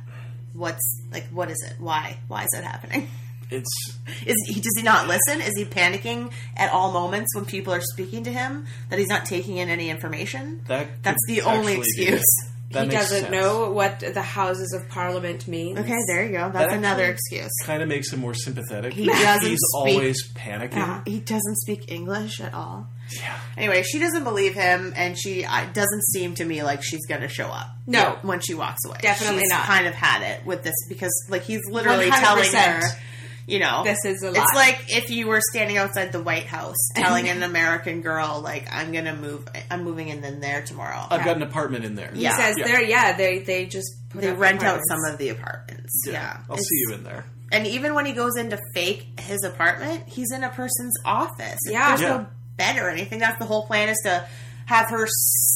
S6: What's, like, what is it? Why? Why is that happening?
S5: It's
S6: Is he, does he not listen? Is he panicking at all moments when people are speaking to him that he's not taking in any information?
S5: that.
S6: That's
S5: could
S6: the only
S5: actually be
S6: excuse.
S5: it. That
S7: he
S5: makes
S7: doesn't
S5: sense.
S7: know what the Houses of Parliament means.
S6: Okay, there you go. That's another excuse.
S5: Kind of makes him more sympathetic.
S6: He
S5: because
S6: doesn't
S5: He's
S6: speak- Uh-huh.
S5: always panicking.
S6: Uh, He doesn't speak English at all. Yeah. Anyway, she doesn't believe him, and she uh, doesn't seem to me like she's going to show up.
S7: No.
S6: when she walks away,
S7: Definitely
S6: She's
S7: not.
S6: Kind of had it with this because, like, he's literally telling
S7: 100%.
S6: her, you know,
S7: This is a lie.
S6: It's like if you were standing outside the White House telling an American girl, like, "I'm going to move. I'm moving in then there tomorrow."
S5: I've got an apartment in there.
S6: He
S7: He says there, yeah, they they just put
S6: They
S7: up
S6: rent out
S7: apartments.
S6: some of the apartments. Yeah,
S5: I'll
S6: It's-
S5: see you in there.
S6: And even when he goes in to fake his apartment, he's in a person's office.
S7: Yeah.
S6: There's
S7: Yeah.
S6: no bed or anything. That's the whole plan is to have her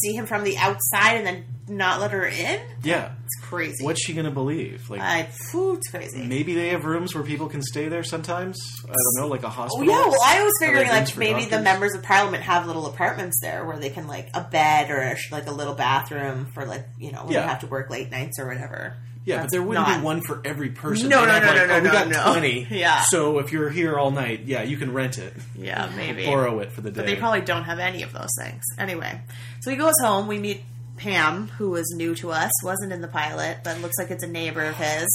S6: see him from the outside and then not let her in.
S5: Yeah.
S6: It's crazy.
S5: What's she gonna believe? Like,
S6: I, phew, it's crazy.
S5: maybe they have rooms where people can stay there sometimes. I don't know, like a
S6: Oh,
S5: hospital.
S6: yeah, well, I was
S5: Are there
S6: figuring
S5: rooms
S6: like
S5: for
S6: maybe the
S5: doctors?
S6: members of parliament have little apartments there where they can like a bed or a, sh- like a little bathroom for like you know when
S5: Yeah.
S6: you have to work late nights or whatever.
S5: Yeah,
S6: That's
S5: but there wouldn't
S6: not-
S5: be one for every person.
S6: No,
S5: They'd
S6: no,
S5: have,
S6: no,
S5: like,
S6: no,
S5: oh,
S6: no,
S5: We got
S6: no.
S5: twenty.
S6: Yeah.
S5: So if you're here all night, yeah, you can rent it.
S6: Yeah, maybe
S5: borrow it for the day.
S6: But they probably don't have any of those things. Anyway, so he goes home. We meet Pam, who is new to us, wasn't in the pilot, but looks like it's a neighbor of his.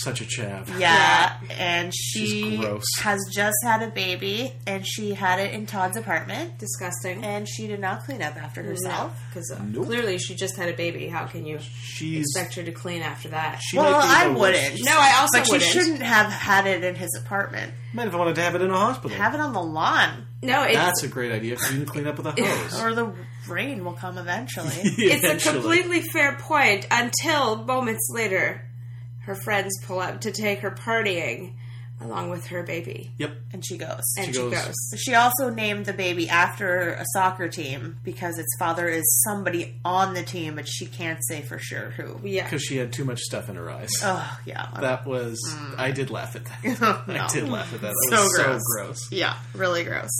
S5: Such a chav.
S6: Yeah, and
S5: She's
S6: she
S5: gross.
S6: has just had a baby, and she had it in Todd's apartment.
S7: Disgusting.
S6: And she did not clean up after herself.
S7: because
S5: Nope.
S7: uh, clearly she just had a baby. How can you
S5: She's-
S7: expect her to clean after that?
S5: She
S6: well,
S5: might be
S6: I
S5: the
S6: wouldn't.
S5: worst.
S7: No, I also
S6: But
S7: wouldn't.
S6: she shouldn't have had it in his apartment.
S5: Might have wanted to have it in a hospital.
S6: Have it on the lawn,
S7: No, it's
S5: That's a great idea. 'cause You can clean up with a hose.
S6: or the rain will come eventually.
S7: it's a
S5: Eventually.
S7: completely fair point until moments later, her friends pull up to take her partying along with her baby,
S5: Yep.
S6: and she goes.
S7: and she, goes.
S5: goes-
S6: She also named the baby after a soccer team because its father is somebody on the team, but she can't say for sure who.
S7: Yeah,
S5: Because she had too much stuff in her eyes.
S6: Oh, Mm. yeah.
S5: That was. I did laugh at that. I did laugh at that. That was so gross.
S6: Yeah, really gross.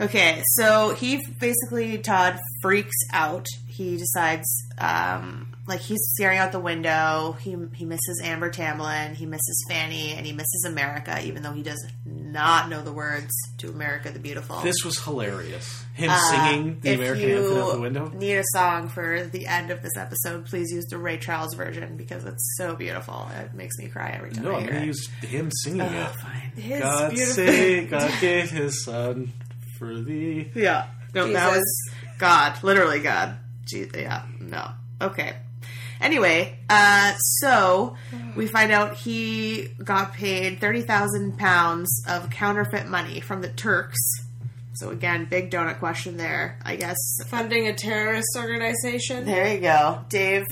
S6: Okay, so he basically, Todd freaks out. He decides, um, like, he's staring out the window. He, he misses Amber Tamlin, he misses Fanny, and he misses America, even though he does not know the words to America the Beautiful.
S5: This was hilarious. Him
S6: Uh,
S5: singing the
S6: if
S5: American
S6: you
S5: anthem out the window.
S6: Need a song for the end of this episode? Please use the Ray Charles version because it's so beautiful. It makes me cry every time
S5: No,
S6: I
S5: I'm
S6: hear
S5: going to
S6: it.
S5: use him
S6: Oh,
S5: singing it.
S7: his
S5: God
S7: beautiful.
S5: say, God gave his son for thee.
S6: yeah, no, that
S7: Jesus.
S6: was God, literally God. Je- yeah, no, okay. Anyway, uh, so we find out he got paid thirty thousand pounds of counterfeit money from the Turks. So again, big donut question there, I guess.
S7: Funding a terrorist organization.
S6: There you go, Dave,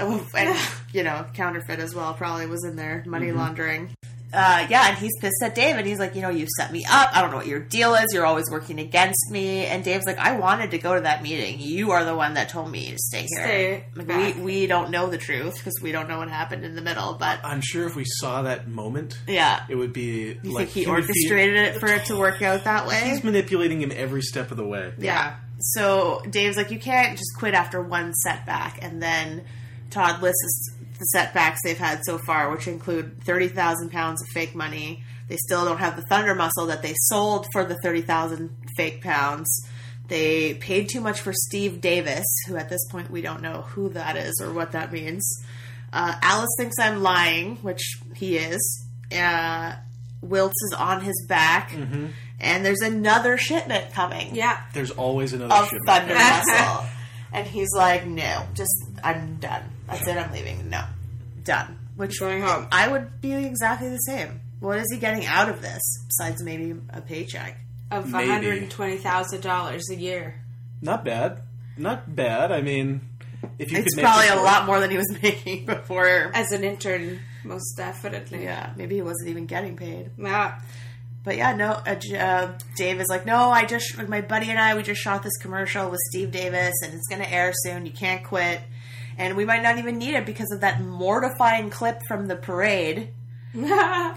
S6: uh, and you know, counterfeit as well. Probably was in there, money
S7: Mm-hmm.
S6: laundering. Uh, yeah, and he's pissed at Dave, and he's like, you know, you set me up. I don't know what your deal is. You're always working against me. And Dave's like, I wanted to go to that meeting. You are the one that told me to stay here.
S7: Stay
S6: Like,
S7: back.
S6: we we don't know the truth because we don't know what happened in the middle. But
S5: I'm sure if we saw that moment,
S6: yeah,
S5: it would be
S6: you
S5: like
S6: think he
S5: would be-
S6: orchestrated it for it to work out that way?
S5: He's manipulating him every step of the way.
S6: Yeah. So Dave's like, you can't just quit after one setback. And then Todd lists the setbacks they've had so far, which include 30,000 pounds of fake money. They still don't have the thunder muscle that they sold for the 30,000 fake pounds. They paid too much for Steve Davis, who at this point we don't know who that is or what that means. Uh, Alice thinks I'm lying, which he is. Uh, Wilts is on his back. And there's another shipment coming
S7: Yeah,
S5: There's always another
S6: of
S5: shipment.
S6: Thunder Muscle. And he's like, no, just, I'm done. That's it, I'm leaving. No, done. Which
S7: going home.
S6: I would be exactly the same. What is he getting out of this besides maybe a paycheck?
S7: of one
S5: Maybe.
S7: hundred and twenty thousand dollars a year.
S5: Not bad. Not bad. I mean, if you
S6: It's
S5: could make
S6: probably
S5: it
S6: a
S5: work-
S6: lot more than he was making before.
S7: As an intern, most definitely.
S6: Yeah, maybe he wasn't even getting paid.
S7: Yeah.
S6: But yeah, no. Uh, J- uh, Dave is like, no, I just my buddy and I we just shot this commercial with Steve Davis, and it's going to air soon. You can't quit, and we might not even need it because of that mortifying clip from the parade. uh,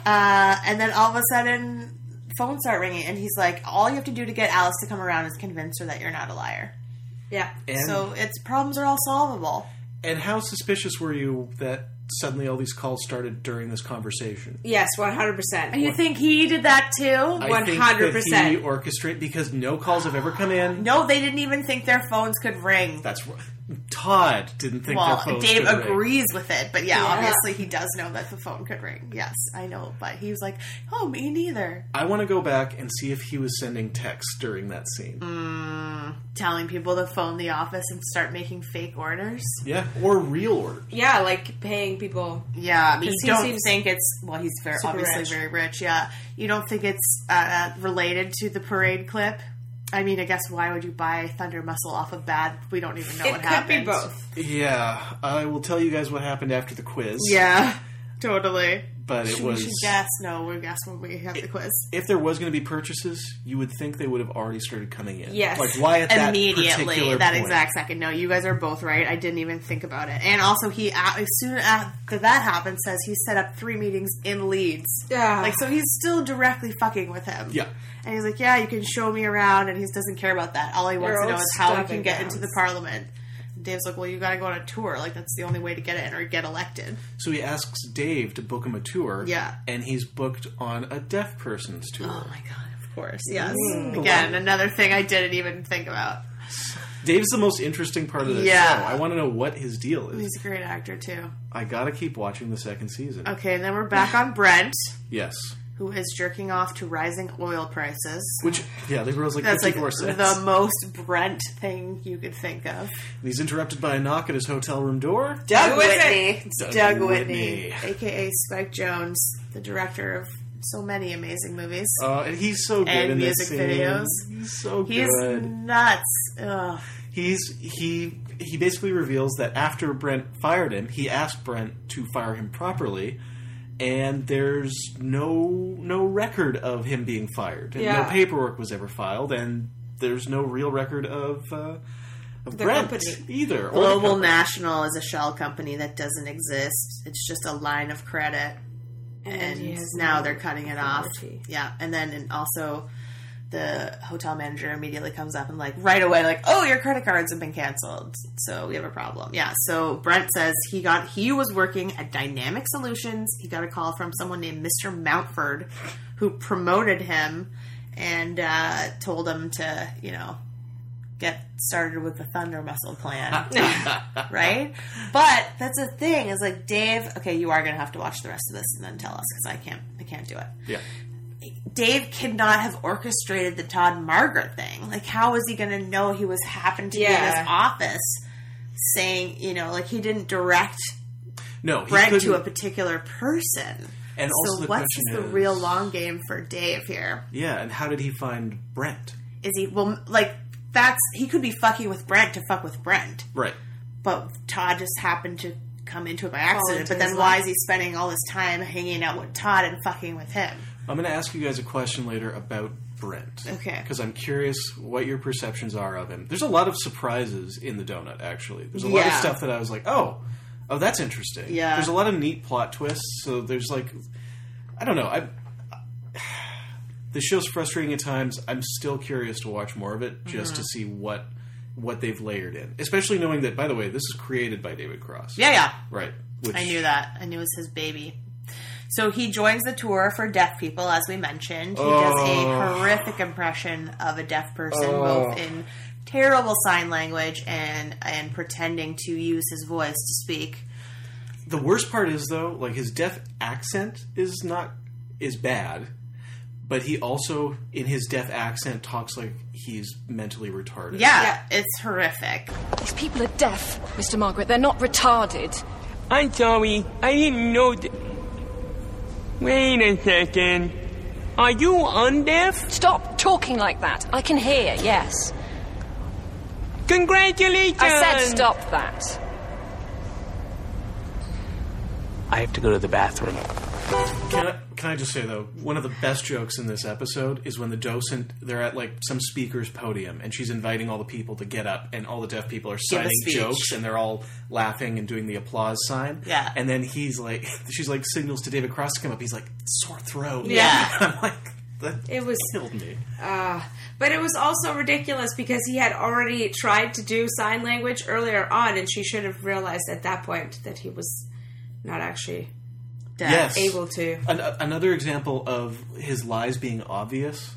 S6: and then all of a sudden, phones start ringing, and he's like, all you have to do to get Alice to come around is convince her that you're not a liar.
S7: Yeah.
S5: And,
S6: so its problems are all solvable.
S5: and how suspicious were you that suddenly all these calls started during this conversation.
S7: Yes, one hundred percent.
S6: You think he did that too?
S5: I think that He orchestrate because no calls have ever come in.
S6: No, they didn't even think their phones could ring.
S5: That's r- Todd didn't think
S6: well,
S5: their phones
S6: Dave
S5: could ring.
S6: agrees with it, but yeah,
S5: Yeah.
S6: obviously he does know that the phone could ring. Yes, I know, but he was like, "Oh, me neither,"
S5: I want to go back and see if he was sending texts during that scene.
S6: mm, telling people to phone the office and start making fake orders.
S5: Yeah, or real order.
S7: Yeah, like paying people.
S6: Yeah, because
S7: because
S6: you don't think it's well. He's very,
S7: super
S6: obviously
S7: rich.
S6: very rich. Yeah, you don't think it's uh, related to the parade clip. I mean, I guess why would you buy Thunder Muscle off of Bad? We don't even know
S7: It
S6: what
S7: could be
S6: happened.
S7: both.
S5: Yeah, I will tell you guys what happened after the quiz.
S6: Yeah, totally.
S5: But it
S6: we
S5: was-
S6: should guess. No, we guess when we have the quiz.
S5: If there was going to be purchases, you would think they would have already started coming in.
S6: Yes.
S5: Like why at that
S6: immediately
S5: particular
S6: that
S5: point?
S6: exact second. No, you guys are both right. I didn't even think about it. And also, he a- as soon after that happened, says he set up three meetings in Leeds.
S7: Yeah,
S6: like so he's still directly fucking with him.
S5: Yeah.
S6: and he's like, "Yeah, you can show me around," and he doesn't care about that. All he wants
S7: They're
S6: to know
S7: all
S6: is how he
S7: stuck
S6: can
S7: in
S6: get
S7: towns.
S6: into the parliament. And Dave's like, "Well, you got to go on a tour. Like that's the only way to get in or get elected."
S5: So he asks Dave to book him a tour.
S6: Yeah.
S5: And he's booked on a deaf person's tour. Oh my
S6: god, of course. Mm. Yes, again, another thing I didn't even think about.
S5: Dave's the most interesting part of the
S6: Yeah.
S5: show. I want to know what his deal is.
S6: He's a great actor too.
S5: I gotta keep watching the second season.
S6: Okay, and then we're back on Brent,
S5: Yes.
S6: who is jerking off to rising oil prices.
S5: Which yeah, the girl's like
S6: That's like
S5: fifty four cents.
S6: the most Brent thing you could think of.
S5: And he's interrupted by a knock at his hotel room door.
S6: Doug Whitney. It's
S5: Doug
S6: Doug,
S5: Whitney.
S6: Whitney, aka Spike Jones, the director of so many amazing movies.
S5: Uh, and he's so good
S6: and
S5: in
S6: music
S5: this scene.
S6: videos.
S5: He's so
S6: He's
S5: good.
S6: nuts. Ugh.
S5: He's he he basically reveals that after Brent fired him, he asked Brent to fire him properly, and there's no no record of him being fired. And
S7: Yeah.
S5: No paperwork was ever filed, and there's no real record of uh, of
S7: The
S5: Brent
S7: company.
S5: either. or the
S6: Global
S5: company.
S6: National is a shell company that doesn't exist. It's just a line of credit,
S7: And
S6: and,
S7: he has
S6: now
S7: no
S6: they're cutting it off.
S7: authority.
S6: Yeah, and then and also the hotel manager immediately comes up and like right away like oh your credit cards have been canceled so we have a problem yeah so brent says he got he was working at dynamic solutions he got a call from someone named mr mountford who promoted him and uh, told him to you know get started with the thunder muscle plan right but that's the thing is like dave okay you are gonna have to watch the rest of this and then tell us because i can't i can't do it
S5: Yeah.
S6: Dave cannot have orchestrated the Todd Margaret thing. Like, how is he going to know he was happened to be in
S7: Yeah.
S6: his office saying, you know, like he didn't direct
S5: No, he
S6: Brent to
S5: couldn't-
S6: a particular person.
S5: And also
S6: so,
S5: the
S6: what's
S5: question
S6: the
S5: is-
S6: real long game for Dave here?
S5: Yeah, and how did he find Brent?
S6: Is he well, like that's he could be fucking with Brent to fuck with Brent,
S5: Right.
S6: but Todd just happened to come into it by accident.
S7: into
S6: But then,
S7: his
S6: why
S7: life.
S6: is he spending all this time hanging out with Todd and fucking with him?
S5: I'm going to ask you guys a question later about Brent.
S6: Okay.
S5: Because I'm curious what your perceptions are of him. There's a lot of surprises in the donut, actually. There's a lot of
S6: Yeah.
S5: stuff that I was like, oh, oh, that's interesting.
S6: Yeah.
S5: There's a lot of neat plot twists. So there's like, I don't know. I, the show's frustrating at times. I'm still curious to watch more of it just
S6: Mhm.
S5: to see what what they've layered in, especially knowing that, by the way, this is created by David Cross.
S6: Yeah, yeah.
S5: Right. Which,
S6: I knew that. I knew it was his baby. So he joins the tour for deaf people, as we mentioned. He does
S5: Oh.
S6: a horrific impression of a deaf person,
S7: Oh.
S6: both in terrible sign language and and pretending to use his voice to speak.
S5: The worst part is though, like his deaf accent is not is bad, but he also in his deaf accent talks like he's mentally retarded.
S6: Yeah, it's horrific.
S14: These people are deaf, Mr. Margaret. They're not retarded.
S15: I'm sorry, I didn't know that. Wait a second. Are you undeaf?
S14: Stop talking like that. I can hear, yes.
S15: Congratulations!
S14: I said stop that.
S3: I have to go to the bathroom.
S5: Can I, can I just say though, one of the best jokes in this episode is when the docent they're at like some speaker's podium and she's inviting all the people to get up and all the deaf people are
S6: Give a
S5: signing
S6: speech.
S5: jokes and they're all laughing and doing the applause sign.
S6: Yeah.
S5: And then he's like she's like signals to David Cross to come up. He's like sore throat.
S7: Yeah.
S5: I'm like that
S7: It was
S5: killed me.
S7: Uh, but it was also ridiculous because he had already tried to do sign language earlier on, and she should have realized at that point that he was not actually that
S5: yes.
S7: able to.
S5: An- another example of his lies being obvious,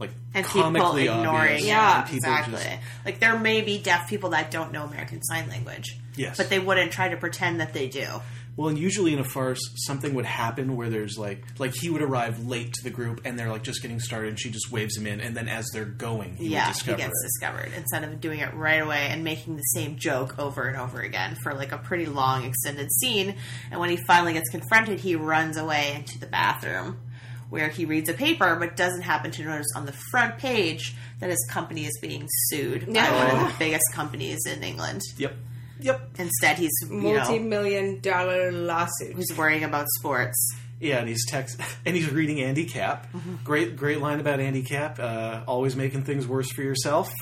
S5: like
S6: and people
S5: comically
S6: ignoring
S5: obvious.
S6: it.
S5: and people
S6: exactly.
S5: just-
S6: like there may be deaf people that don't know American Sign Language.
S5: Yes.
S6: But they wouldn't try to pretend that they do.
S5: Well, and usually in a farce, something would happen where there's like, like he would arrive late to the group, and they're like just getting started, and she just waves him in, and then as they're going, he
S6: yeah,
S5: would discover
S6: he gets
S5: it.
S6: discovered instead of doing it right away and making the same joke over and over again for like a pretty long extended scene. And when he finally gets confronted, he runs away into the bathroom where he reads a paper but doesn't happen to notice on the front page that his company is being sued
S7: Yeah.
S6: by one of
S7: Oh.
S6: the biggest companies in England.
S5: Yep. Yep.
S6: Instead, he's you know,
S7: Multi-million dollar lawsuit.
S6: Who's worrying about sports?
S5: Yeah, and he's text and he's reading Andy Cap.
S6: Mm-hmm.
S5: Great, great line about Andy Cap. Uh, always making things worse for yourself.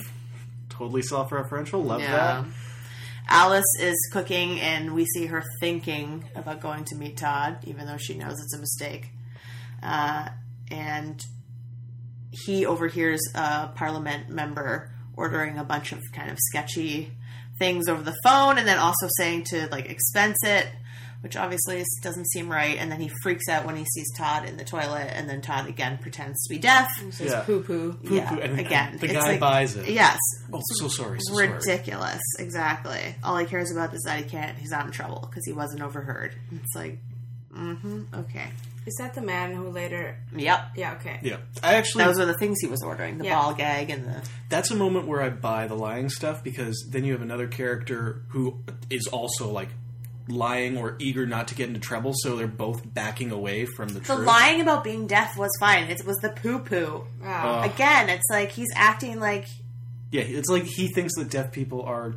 S5: Totally self-referential. Love
S6: Yeah. Alice is cooking, and we see her thinking about going to meet Todd, even though she knows it's a mistake. Uh, and he overhears a parliament member ordering a bunch of kind of sketchy things over the phone, and then also saying to like expense it, which obviously is- doesn't seem right. And then he freaks out when he sees Todd in the toilet, and then Todd again pretends to be deaf.
S5: that. Yeah. Poo-poo,
S6: Yeah,
S5: and- and
S6: again,
S5: the
S6: it's
S5: guy
S6: like-
S5: buys it.
S6: Yes.
S5: Oh, so sorry. So sorry.
S6: ridiculous. Exactly. All he cares about is that he can't. He's not in trouble because he wasn't overheard. It's like, mm-hmm. Okay.
S7: Is that the man who later?
S6: Yep.
S7: Yeah. Okay.
S5: Yeah, I actually
S6: Those were the things he was ordering: the
S7: Yeah.
S6: ball gag and the.
S5: That's a moment where I buy the lying stuff because then you have another character who is also like lying or eager not to get into trouble, so they're both backing away from the
S6: The
S5: truth.
S6: lying about being deaf was fine. It was the poo poo.
S5: Wow. Ugh.
S6: Again, it's like he's acting like
S5: Yeah, it's like he thinks that deaf people are
S6: are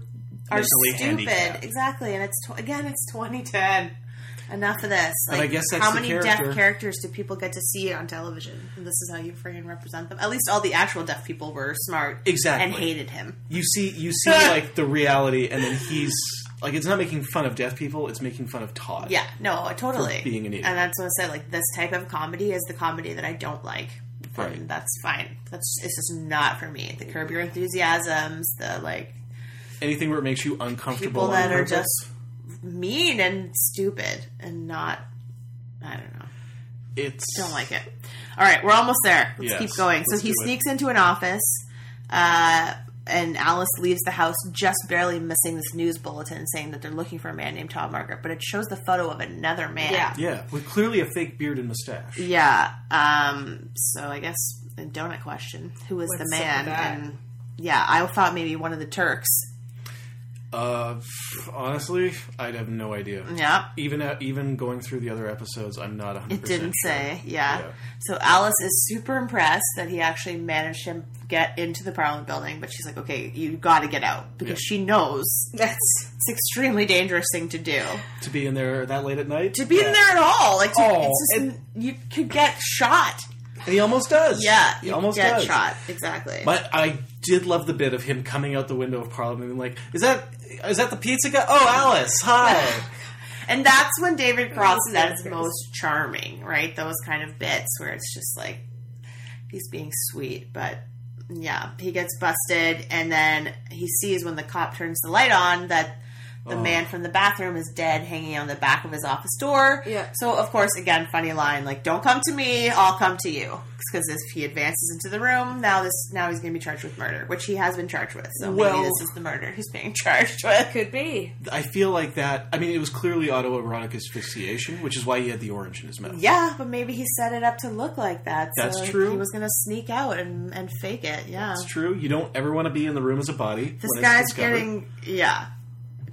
S5: mentally
S6: stupid.
S5: handicapped.
S6: Exactly, and it's tw- again, it's 2010. Enough of this.
S5: But I
S6: Like,
S5: guess that's
S6: how
S5: the
S6: many
S5: character.
S6: deaf characters do people get to see on television? And this is how you freaking represent them. At least all the actual deaf people were smart,
S5: Exactly.
S6: and hated him.
S5: You see, you see, like the reality, and then he's like, it's not making fun of deaf people; it's making fun of Todd.
S6: Yeah, no, totally.
S5: For being an idiot.
S6: And that's what I said. Like this type of comedy is the comedy that I don't like.
S5: Right.
S6: And that's fine. That's it's just not for me. The curb your enthusiasms, the like
S5: Anything where it makes you uncomfortable.
S6: people
S5: on
S6: that are
S5: purpose.
S6: just mean and stupid and not. I don't know.
S5: It's
S6: Don't like it. All right, we're almost there. Let's
S5: Yes.
S6: keep going. So
S5: Let's
S6: he
S5: do it.
S6: sneaks into an office, uh, and Alice leaves the house just barely missing this news bulletin saying that they're looking for a man named Todd Margaret, but it shows the photo of another man.
S5: yeah, with clearly a fake beard and mustache.
S6: Yeah. Um, so I guess the donut question: Who was
S7: What's
S6: the
S7: up
S6: man?
S7: with that?
S6: And yeah, I thought maybe one of the Turks.
S5: Uh, f- honestly, I'd have no idea.
S6: Yeah.
S5: Even uh, even going through the other episodes, I'm not 100.
S6: It didn't
S5: sure.
S6: say. Yeah.
S5: Yeah.
S6: So Alice is super impressed that he actually managed to get into the Parliament building, but she's like, "Okay, you got to get out because
S5: Yeah.
S6: she knows that's it's an extremely dangerous thing to do."
S5: to be in there that late at night.
S6: To be in there at all, like to,
S5: Oh,
S6: it's just, you could get shot.
S5: And he almost does.
S6: Yeah,
S5: he
S6: you could
S5: almost
S6: get
S5: does.
S6: shot. Exactly.
S5: But I did love the bit of him coming out the window of Parliament and like, is that is that the pizza guy? Oh, Alice, hi.
S6: And that's when David Cross is at his most charming, right? Those kind of bits where it's just like he's being sweet, but yeah, he gets busted, and then he sees when the cop turns the light on that the
S7: Oh.
S6: man from the bathroom is dead, hanging on the back of his office door. Yeah. So of course, again, funny line like, "Don't come to me, I'll come to you." Because if he advances into the room, now this now he's going to be charged with murder, which he has been charged with. So
S5: Well-
S6: maybe this is the murder he's being charged with.
S7: Could be.
S5: I feel like that. I mean, it was clearly autoerotic asphyxiation, which is why he had the orange in his mouth.
S6: Yeah, but maybe he set it up to look like that. So
S5: That's
S6: like,
S5: true.
S6: He was going to sneak out and, and fake it. Yeah.
S5: It's true. You don't ever want to be in the room as a body.
S6: This
S5: when it's
S6: guy's
S5: discovered.
S6: getting, yeah,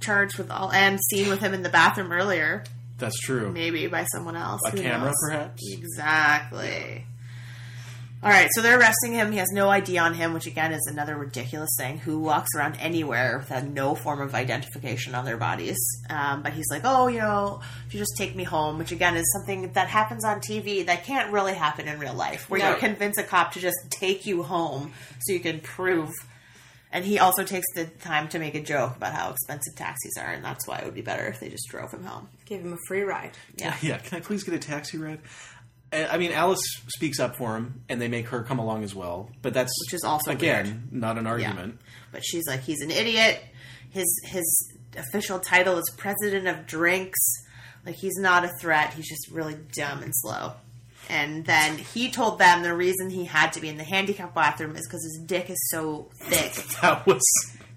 S6: charged with all, and seen with him in the bathroom earlier,
S5: That's true.
S6: maybe by someone else.
S5: A
S6: Who
S5: camera,
S6: knows?
S5: perhaps?
S6: Exactly. All right, so they're arresting him. He has no ID on him, which again is another ridiculous thing. Who walks around anywhere without no form of identification on their bodies? Um, but he's like, oh, you know, if you just take me home, which again is something that happens on TV that can't really happen in real life, where
S7: No.
S6: you convince a cop to just take you home so you can prove. And he also takes the time to make a joke about how expensive taxis are, and that's why it would be better if they just drove him home.
S7: Give him a free ride.
S6: Yeah.
S5: Yeah, can I please get a taxi ride? I I mean, Alice speaks up for him, and they make her come along as well. But that's
S6: Which is also
S5: again not an argument.
S6: but she's like he's an idiot his his official title is president of drinks Like he's not a threat. He's just really dumb and slow. And then he told them the reason he had to be in the handicap bathroom is because his dick is so thick
S5: That was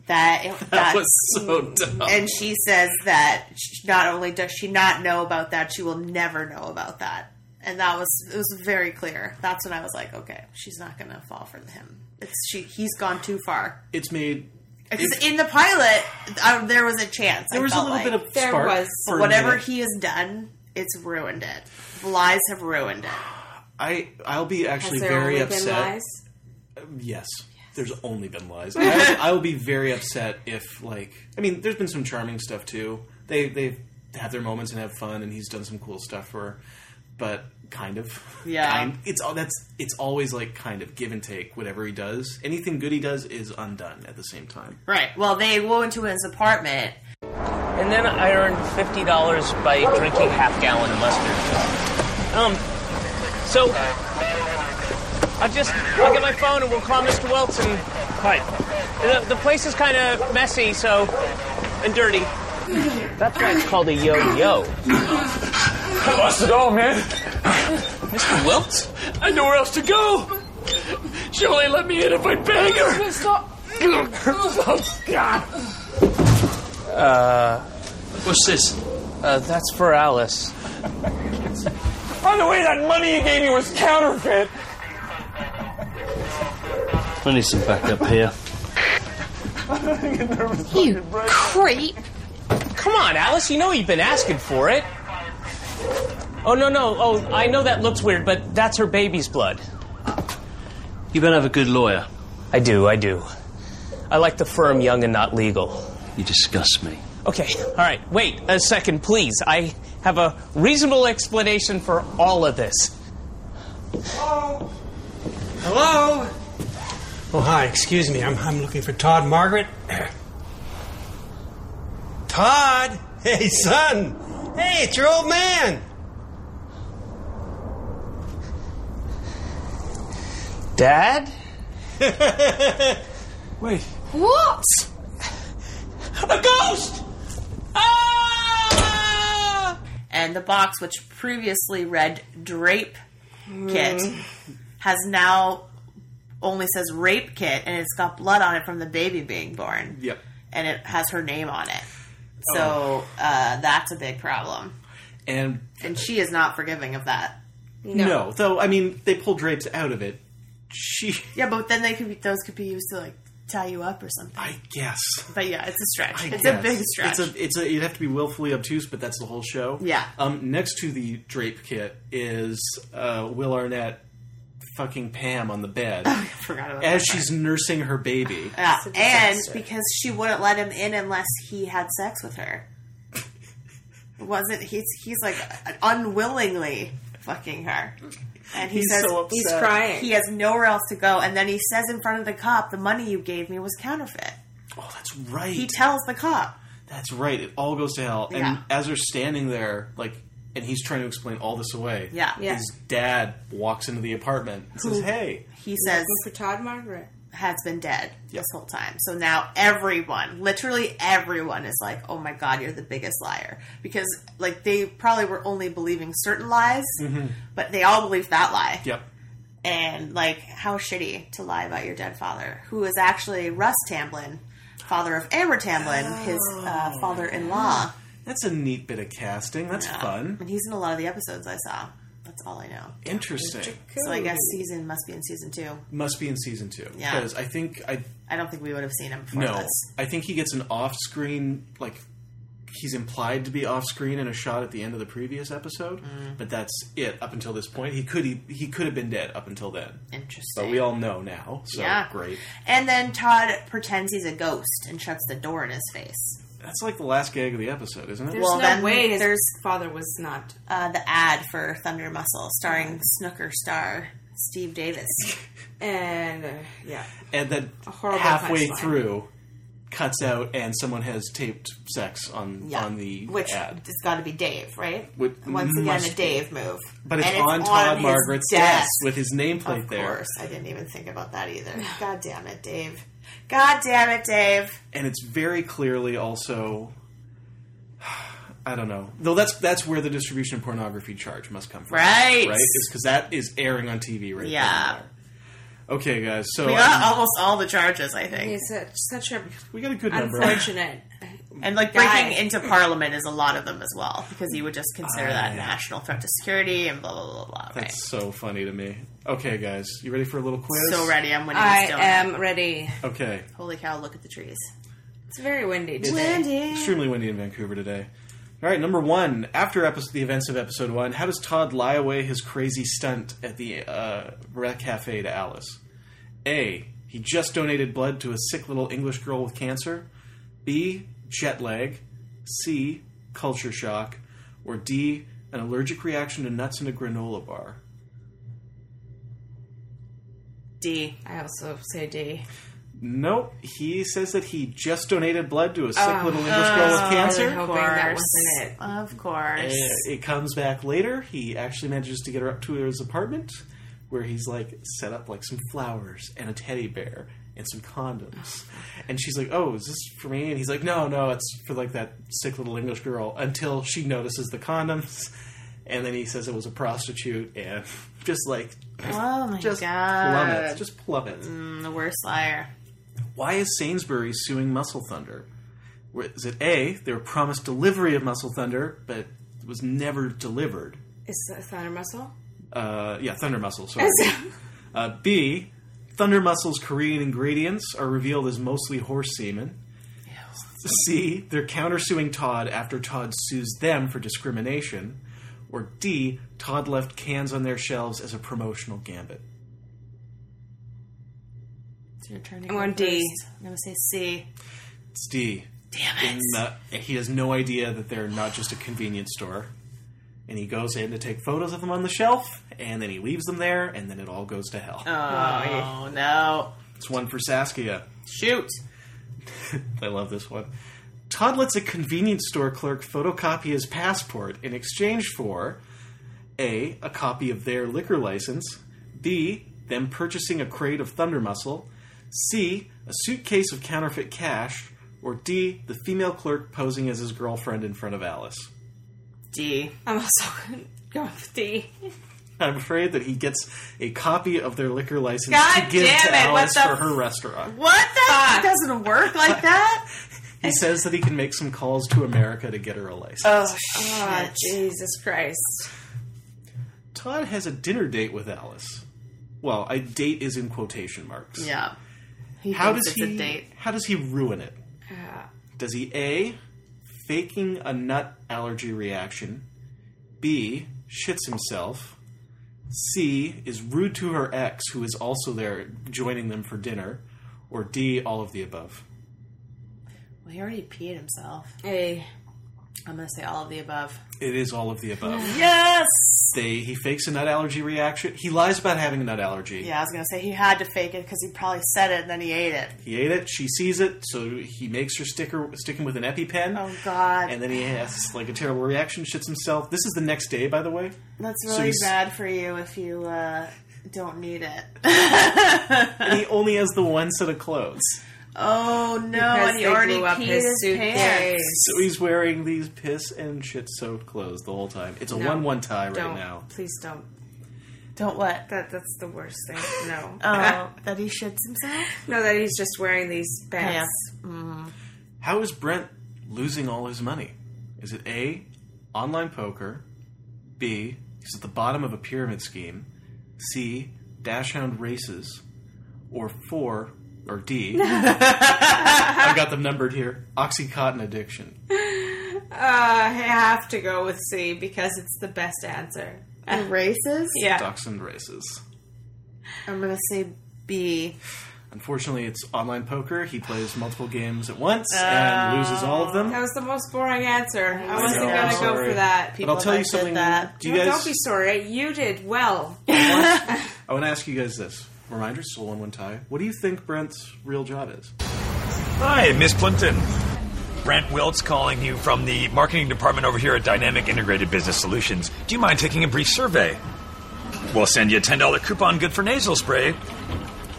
S6: that it, that,
S5: that was so dumb.
S6: And she says that she, not only does she not know about that, she will never know about that. And that was it was very clear. That's when I was like, okay, she's not going to fall for him. It's she he's gone too far.
S5: it's made.
S6: Because in the pilot, uh, there was a chance.
S5: There was a
S6: felt
S5: little
S6: like.
S5: bit of spark for
S6: But
S5: a
S6: whatever
S5: minute.
S6: he has done, it's ruined it. Lies have ruined it.
S5: I I'll be actually
S6: there
S5: very
S6: only been
S5: upset.
S6: lies?
S5: Yes. There's only been lies. I, I will be very upset if like I mean, there's been some charming stuff too. They they've had their moments and have fun, and he's done some cool stuff for her, but kind of
S6: Yeah.
S5: Kind- it's all that's it's always like kind of give and take. Whatever he does, anything good he does is undone at the same time.
S6: Right. Well, they go into his apartment.
S3: And then I earned fifty dollars by drinking half gallon of mustard. Um, so I just I'll get my phone and we'll call Mr. Welts and hi. The, the place is kind of messy, so and dirty. That's why it's called a yo-yo.
S16: I lost it all, man. Mr. Wilts? I had nowhere else to go. She only let me in if I bang her. Stop. oh, God.
S3: Uh, what's this? Uh, that's for Alice.
S16: By the way, that money you gave me was counterfeit.
S17: I need some backup here.
S16: You
S3: creep. Come on, Alice. You know you've been asking for it. Oh, no, no. Oh, I know that looks weird, but that's her baby's blood.
S17: You better have a good lawyer.
S3: I do, I do. I like the firm young and not legal.
S17: You disgust me.
S3: Okay, all right. Wait a second, please. I have a reasonable explanation for all of this.
S16: Hello?
S11: Oh, hi. Excuse me. I'm, I'm looking for Todd Margaret. Todd? Hey, son. Hey, it's your old man.
S3: Dad?
S16: Wait.
S12: What?
S16: A ghost! Ah!
S6: And the box, which previously read drape kit,
S5: Mm.
S6: has now only says rape kit, and it's got blood on it from the baby being born.
S5: Yep.
S6: And it has her name on it. So uh, that's a big problem.
S5: And
S6: And she is not forgiving of that.
S5: no. though I mean, they pull drapes out of it. She
S6: Yeah, but then they could be those could be used to like tie you up or something. I
S5: guess.
S6: But yeah, it's a stretch.
S5: I
S6: it's a
S5: guess.
S6: big stretch.
S5: It's a, it's a, you'd have to be willfully obtuse, but that's the whole show.
S6: Yeah.
S5: Um, next to the drape kit is uh, Will Arnett fucking Pam on the bed
S6: forgot about
S5: as
S6: that
S5: she's nursing her baby.
S6: Oh, yeah. And because she wouldn't let him in unless he had sex with her. It wasn't he's he's like unwillingly fucking her. And he
S7: He's
S6: says
S7: so upset. He's crying.
S6: He has nowhere else to go and then he says in front of the cop, the money you gave me was counterfeit.
S5: Oh, that's right.
S6: He tells the cop.
S5: That's right. It all goes to hell.
S6: Yeah.
S5: And as they're standing there, like, and he's trying to explain all this away.
S6: Yeah. Yeah.
S5: His dad walks into the apartment and says, "Hey."
S6: He says
S7: for Todd Margaret
S6: has been dead this whole time. So now everyone, literally everyone, is like, "Oh my god, you're the biggest liar!" Because like they probably were only believing certain lies,
S5: Mm-hmm.
S16: Mhm.
S6: but they all believed that lie.
S5: Yep.
S6: And like, how shitty to lie about your dead father, who is actually Russ Tamblin, father of Amber Tamblin, his
S5: Oh.
S6: uh, father-in-law,
S5: That's a neat bit of casting. That's fun.
S6: and he's in a lot of the episodes I saw. That's all I know.
S5: Interesting.
S6: So I guess season must be in season two.
S5: Must be in season two.
S6: Yeah.
S5: Because I think I
S6: I don't think we would have seen him before
S5: no,
S6: this.
S5: I think he gets an off-screen like he's implied to be off-screen in a shot at the end of the previous episode,
S6: Mm.
S5: but that's it up until this point. He could he, he could have been dead up until then.
S6: Interesting.
S5: But we all know now, so
S6: Yeah.
S5: great.
S6: And then Todd pretends he's a ghost and shuts the door in his face.
S5: That's like the last gag of the episode, isn't it?
S7: There's no way his father was not.
S6: Uh, the ad for Thunder Muscle, starring Snooker star Steve Davis.
S7: and uh, yeah,
S5: and then
S7: A horrible
S5: halfway
S7: punchline.
S5: through cuts out and someone has taped sex on
S6: Yeah.
S5: on the
S6: Which
S5: ad.
S6: it's got to be Dave, right?
S5: Which
S6: Once again,
S5: must
S6: a
S5: be.
S6: Dave move.
S5: But it's
S6: And
S5: on Todd
S6: his
S5: Margaret's
S6: desk.
S5: desk with his nameplate
S6: Of
S5: there.
S6: course, I didn't even think about that either. God damn it, Dave. God damn it, Dave.
S5: and it's very clearly also I don't know. Though that's that's where the distribution of pornography charge must come from,
S6: Right.
S5: Right, it's because that is airing on TV right
S6: Yeah.
S5: now. Okay, guys. So
S6: we got
S5: um,
S6: almost all the charges, I think.
S7: It's a, such a
S5: we got a good number.
S7: unfortunate.
S6: And like
S7: Guy.
S6: breaking into parliament is a lot of them as well, because you would just consider that a national threat to security and blah blah blah blah.
S5: Ah, that's so funny to me. Okay, guys, you ready for a little quiz?
S6: So ready, I'm winning.
S7: I
S6: this donut.
S7: am ready.
S5: Okay,
S6: Holy cow! Look at the trees.
S7: It's very windy.
S5: It's
S7: today.
S5: extremely windy in Vancouver today. All right, number one. After episode, the events of episode one, how does Todd lie away his crazy stunt at the uh, rec cafe to Alice? A. He just donated blood to a sick little English girl with cancer. B. Jet lag. C. Culture shock. Or D. An allergic reaction to nuts in a granola bar.
S6: D.
S7: I also say D.
S5: Nope. He says that he just donated blood to a sick
S7: Oh.
S5: little English girl with
S7: Oh,
S5: cancer.
S7: I was hoping that
S6: Of
S7: wasn't it.
S6: Of course.
S5: Uh, it comes back later. He actually manages to get her up to his apartment, where he's like set up like some flowers and a teddy bear and some condoms. And she's like, "Oh, is this for me?" And he's like, "No, no, it's for like that sick little English girl." Until she notices the condoms, and then he says it was a prostitute, and just like
S6: Oh my
S5: just
S6: god!
S5: plummets, just plummets.
S6: Mm, the worst liar.
S5: Why is Sainsbury suing Muscle Thunder? Where- Is it A, they were promised delivery of Muscle Thunder, but it was never delivered?
S7: Is that Thunder Muscle?
S5: Uh, yeah, Thunder Muscle, sorry. uh, B, Thunder Muscle's Korean ingredients are revealed as mostly horse semen. C, they're countersuing Todd after Todd sues them for discrimination. Or D, Todd left cans on their shelves as a promotional gambit.
S6: It's your turn. to
S7: I'm
S6: go
S7: on D.
S6: first. I'm gonna say C.
S5: It's D.
S6: Damn it.
S5: In the- he has no idea that they're not just a convenience store. And he goes in to take photos of them on the shelf, and then he leaves them there, and then it all goes to hell.
S6: Oh no!
S5: It's one for Saskia.
S6: Shoot!
S5: I love this one. Todd lets a convenience store clerk photocopy his passport in exchange for A, a copy of their liquor license, B, them purchasing a crate of Thunder Muscle, C, a suitcase of counterfeit cash, or D, the female clerk posing as his girlfriend in front of Alice.
S6: D.
S7: I'm also going with D.
S5: I'm afraid that he gets a copy of their liquor license
S7: God
S5: to give
S7: damn
S5: to
S7: it, what
S5: Alice
S7: the
S5: for her restaurant.
S6: What? That doesn't work like that.
S5: He says that he can make some calls to America to get her a license.
S6: Oh,
S7: Oh, Jesus Christ.
S5: Todd has a dinner date with Alice. Well, a date is in quotation marks.
S6: Yeah. He
S5: How
S6: thinks
S5: does
S6: it's
S5: he
S6: a date.
S5: how does he ruin it?
S7: Uh,
S5: Does he A faking a nut allergy reaction? B shits himself. C is rude to her ex who is also there joining them for dinner. Or D all of the above.
S6: Well, he already peed himself.
S7: A.
S6: I'm gonna say all of the above.
S5: It is all of the above.
S6: Yes.
S5: They he fakes a nut allergy reaction. He lies about having a nut allergy.
S6: Yeah, I was gonna say he had to fake it because he probably said it and then he ate it.
S5: He ate it. She sees it, so he makes her sticker stick him with an EpiPen.
S6: Oh God,
S5: And then he has like a terrible reaction, shits himself. This is the next day, by the way.
S6: that's
S5: So
S6: really
S5: he's-
S6: bad for you if you uh, don't need it.
S5: And he only has the one set of clothes,
S6: Oh no,
S7: Because
S6: and he
S7: they
S6: already
S7: blew up
S6: peed
S7: his
S6: his,
S7: suitcase.
S6: pants.
S5: so he's wearing these piss and shit soaked clothes the whole time. It's a
S7: No.
S5: one-one tie right
S7: don't.
S5: now.
S7: Please don't.
S6: Don't what?
S7: That That's the worst thing. No.
S6: Oh, that he shits himself.
S7: no, that he's just wearing these pants.
S5: How is Brent losing all his money? Is it A, online poker? B, he's at the bottom of a pyramid scheme? C, Dashhound races? Or four, or D, I've got them numbered here, Oxycontin addiction.
S7: Uh, I have to go with C because it's the best answer.
S6: And races.
S7: Yeah.
S5: Dachshund races.
S6: I'm gonna say B.
S5: Unfortunately, it's online poker. He plays multiple games at once and loses all of
S7: That
S5: them.
S7: was the most boring answer. Oh. I
S6: I
S7: wasn't
S5: know,
S7: going to
S5: I'm
S7: go
S5: sorry.
S7: for that.
S5: But I'll tell you something. Do you
S7: No,
S5: guys?
S7: Don't be sorry. You did well.
S5: I want to ask you guys this. Reminder, still one one tie. What do you think Brent's real job is?
S4: Hi, Miss Plimpton. Brent Wiltz calling you from the marketing department over here at Dynamic Integrated Business Solutions. Do you mind taking a brief survey? We'll send you a $10 coupon good for nasal spray.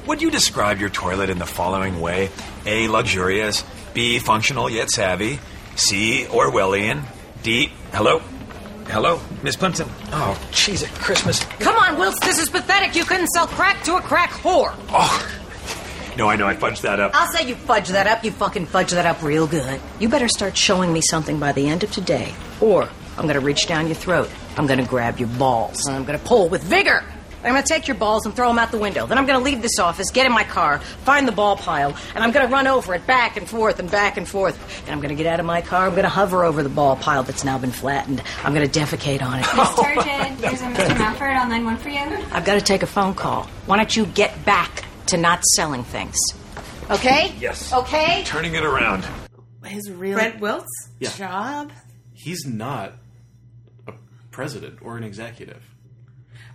S4: Would you describe your toilet in the following way? A. Luxurious. B. Functional yet savvy. C. Orwellian.
S1: Dee, hello? Hello? Miss Plimpton? Oh, jeez, at Christmas.
S18: Come on, Wilts, this is pathetic. You couldn't sell crack to a crack whore.
S1: No, I know, I fudged that up.
S18: I'll say you fudge that up. You fucking fudge that up real good. You better start showing me something by the end of today, or I'm gonna reach down your throat. I'm gonna grab your balls. And I'm gonna pull with vigor. I'm gonna take your balls and throw them out the window. Then I'm gonna leave this office, get in my car, find the ball pile, and I'm gonna run over it back and forth and back and forth. And I'm gonna get out of my car. I'm gonna hover over the ball pile that's now been flattened. I'm gonna defecate on it.
S19: Sergeant, there's a Mr. Mumford on line one for you.
S18: I've got to take a phone call. Why don't you get back to not selling things? Okay?
S1: Yes.
S18: Okay?
S1: Turning it around.
S6: His real
S7: Fred Wilts?
S5: Yeah.
S6: job?
S5: He's not a president or an executive.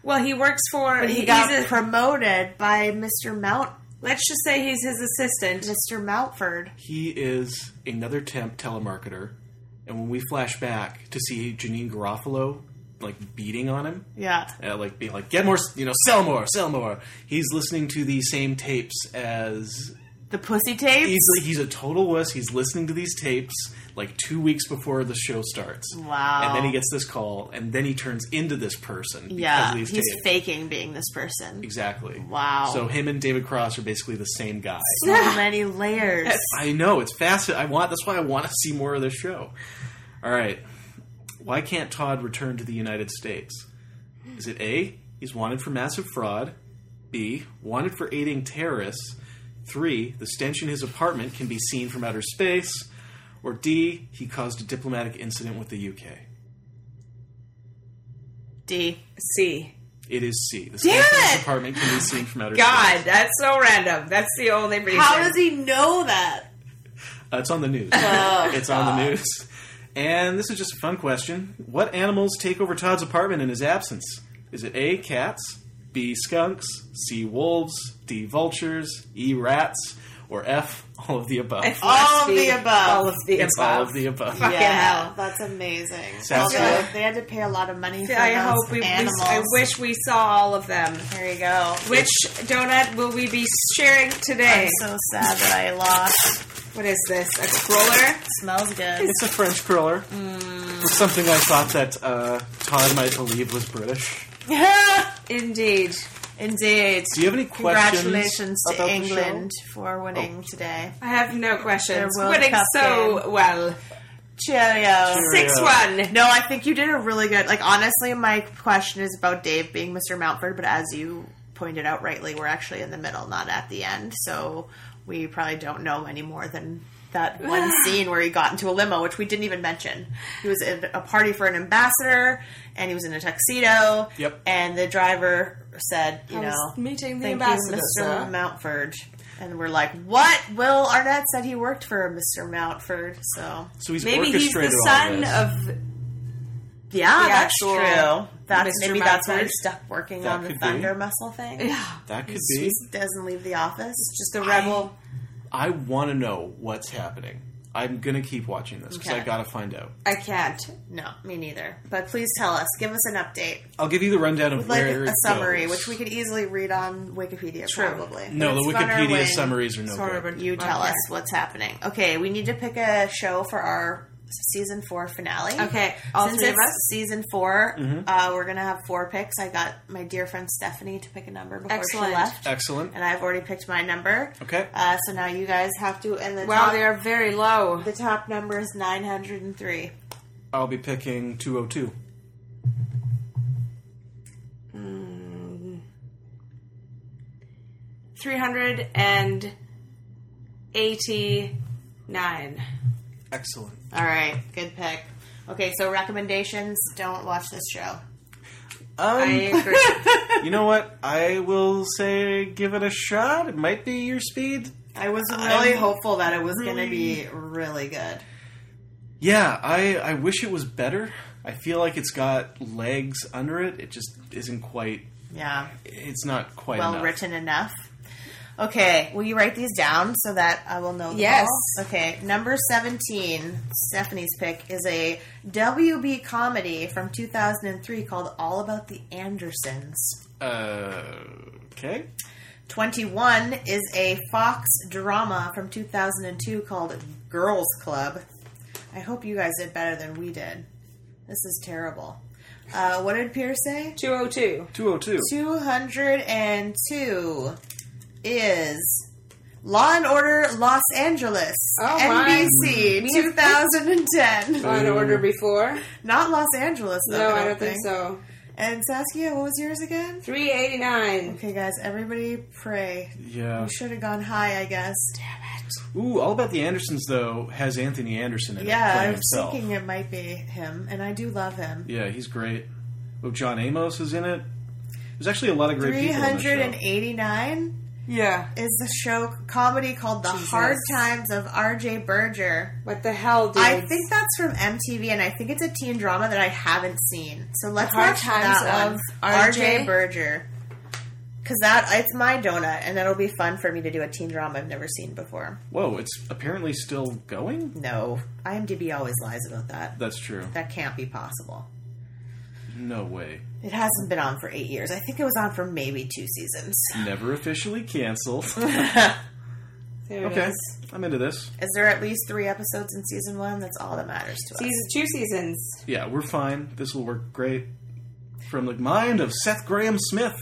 S7: Well, he works for.
S6: But he
S7: he's
S6: got
S7: a-
S6: promoted by Mr. Mount.
S7: Let's just say he's his assistant,
S6: Mr. Mountford.
S5: He is another temp telemarketer, and when we flash back to see Janine Garofalo like beating on him,
S6: Yeah.
S5: uh, like being like get more, s- you know, sell more, sell more. He's listening to the same tapes as
S6: The pussy tapes?
S5: he's he's a total wuss. He's listening to these tapes like two weeks before the show starts.
S6: Wow.
S5: And then he gets this call, and then he turns into this person. Because
S6: yeah,
S5: of these
S6: he's
S5: tapes.
S6: faking being this person.
S5: Exactly.
S6: Wow.
S5: So him and David Cross are basically the same guy.
S6: So many layers.
S5: I know it's fascinating. I want that's why I want to see more of this show. All right, why can't Todd return to the United States? Is it A? He's wanted for massive fraud. B. Wanted for aiding terrorists. Three. The stench in his apartment can be seen from outer space. Or D. He caused a diplomatic incident with the UK.
S6: D.
S7: C.
S5: It is C. The
S7: Damn
S5: stench in his
S7: it!
S5: apartment can be seen from outer space.
S7: God, that's so random. That's the only reason.
S6: How does he know that?
S5: Uh, it's on the news.
S6: Oh,
S5: it's on the news. And this is just a fun question. What animals take over Todd's apartment in his absence? Is it A, cats, B, skunks, C, wolves, D, vultures, E, rats, or F, all of the above?
S7: F
S6: All of
S7: must be
S6: the above.
S7: All of the
S5: it's
S7: above.
S5: all of the above.
S7: Fucking
S6: yeah,
S7: hell.
S6: that's amazing.
S5: Sounds
S6: Although
S5: good.
S6: They had to pay a lot of money for
S7: I
S6: those
S7: hope we, we-
S6: animals.
S7: I wish we saw all of them.
S6: There you go.
S7: Which donut will we be sharing today?
S6: I'm so sad that I lost.
S7: What is this? A cruller?
S6: Smells good.
S5: It's a French cruller.
S7: Mm.
S5: It's something I thought that uh, Todd might believe was British.
S7: Indeed.
S6: Indeed.
S5: Do you have any questions
S6: Congratulations
S5: about
S6: to
S5: the
S6: England for winning
S7: Oh.
S6: today.
S7: I have no questions.
S6: Their World
S7: Winning
S6: Cup
S7: so well.
S6: Cheerio.
S7: Six one.
S6: No, I think you did a really good. Like honestly, my question is about Dave being Mr. Mountford, but as you pointed out rightly, we're actually in the middle, not at the end. So we probably don't know any more than that one scene where he got into a limo, which we didn't even mention. He was at a party for an ambassador, and he was in a tuxedo.
S5: Yep.
S6: And the driver said, you
S7: I was
S6: know,
S7: meeting the
S6: thank
S7: ambassador,
S6: you, Mr.
S7: sir."
S6: Mountford. And we're like, what? Will Arnett said he worked for Mr. Mountford, so
S5: So he's
S7: Maybe he's
S5: orchestrated
S7: the
S5: all
S7: son
S5: this.
S7: of.
S6: yeah,
S7: the
S6: that's
S7: actual
S6: true. That's
S7: Mr.
S6: maybe that's why he
S7: Mountford.
S6: stuck working
S5: That
S6: on the
S5: could be.
S6: thunder muscle thing. Yeah,
S5: That could
S6: he
S5: be.
S6: just doesn't leave the office.
S7: Just a rebel.
S5: I want to know what's happening. I'm gonna keep watching this because
S6: Okay.
S5: I gotta find out.
S7: I can't.
S6: No, me neither. But please tell us, give us an update,
S5: I'll give you the rundown of
S6: like
S5: where
S6: a
S5: it
S6: summary,
S5: goes.
S6: which we could easily read on Wikipedia, probably.
S5: No,
S6: But
S5: the
S6: it's funner
S5: Wikipedia
S6: when
S5: summaries are no good.
S6: You tell us what's happening. Okay, we need to pick a show for our season four finale.
S7: Okay, all
S6: Since
S7: three of
S6: it's
S7: us?
S6: Season 4
S5: Mhm.
S6: uh, we're gonna have four picks. I got my dear friend Stephanie to pick a number before
S7: Excellent.
S6: she left,
S5: Excellent.
S6: and I've already picked my number.
S5: Okay.
S6: Uh, so now you guys have to, and the
S7: Wow,
S6: top,
S7: they are very low.
S6: the top number is nine hundred and three.
S5: I'll be picking 202.
S7: Three hundred and eighty-nine.
S5: Excellent.
S6: All right, good pick. Okay, so recommendations. Don't watch this show.
S7: I
S5: Um,
S7: agree.
S5: you know what? I will say give it a shot. It might be your speed.
S6: I was really
S5: I'm
S6: hopeful that it was going
S5: really-
S6: to be really good.
S5: Yeah, I, I wish it was better. I feel like it's got legs under it. It just isn't quite.
S6: Yeah,
S5: It's not quite
S6: well
S5: enough.
S6: written enough. Okay, will you write these down so that I will know them
S7: Yes.
S6: all? Okay, number 17, Stephanie's pick, is a WB comedy from 2003 called All About the Andersons.
S5: Uh, okay.
S6: 21 is a Fox drama from 2002 called Girls Club. I hope you guys did better than we did. This is terrible. Uh, what did Pierce say?
S7: 202.
S5: 202.
S6: 202 is Law and Order Los Angeles.
S7: Oh my.
S6: NBC
S7: We have-
S6: 2010.
S7: Law and Order before?
S6: Not Los Angeles, though.
S7: No, I don't think so.
S6: And Saskia, what was yours again?
S7: 389.
S6: Okay, guys, everybody pray.
S5: Yeah.
S6: We should have gone high, I guess. Damn
S5: Ooh, all about the Andersons though has Anthony Anderson in it.
S6: Yeah,
S5: playing
S6: I was
S5: himself.
S6: thinking it might be him, and I do love him.
S5: Yeah, he's great. Oh, John Amos is in it. There's actually a lot of great people. in this show.
S6: 389
S7: yeah
S6: is the show comedy called the
S7: Jesus.
S6: hard times of rj berger
S7: what the hell dude?
S6: i think that's from mtv and i think it's a teen drama that i haven't seen so let's
S7: Hard
S6: watch
S7: Times
S6: that
S7: of
S6: one.
S7: RJ?
S6: rj berger because that it's my donut and that'll be fun for me to do a teen drama i've never seen before
S5: Whoa, it's apparently still going.
S6: No, imdb always lies about that
S5: that's true.
S6: that can't be possible
S5: No way.
S6: it hasn't been on for eight years i think it was on for maybe two seasons
S5: Never officially canceled.
S6: There it
S5: okay,
S6: is.
S5: I'm into this.
S6: Is there at least three episodes in season one? That's all that matters to us.
S7: Season two seasons.
S5: Yeah, we're fine. This will work great. From the mind of Seth Graham Smith.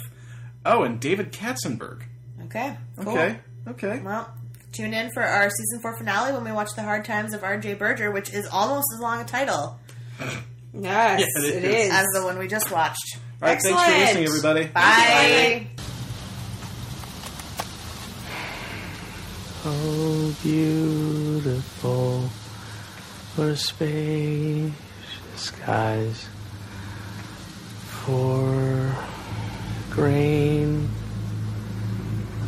S5: Oh, and David Katzenberg.
S6: Okay.
S5: Okay. Okay.
S6: Well, tune in for our season four finale when we watch The Hard Times of R.J. Berger, which is almost as long a title
S7: Yes,
S5: Yes, it
S7: it
S5: is.
S7: is.
S6: as the one we just watched.
S5: All right, thanks for listening, everybody.
S6: Bye.
S2: Oh, beautiful were spacious skies for green,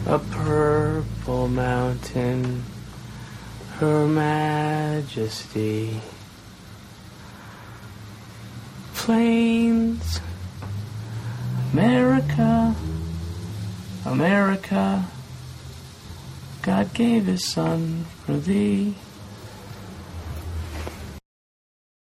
S2: a purple mountain, Her Majesty. Plains, America, America. God gave his son for thee.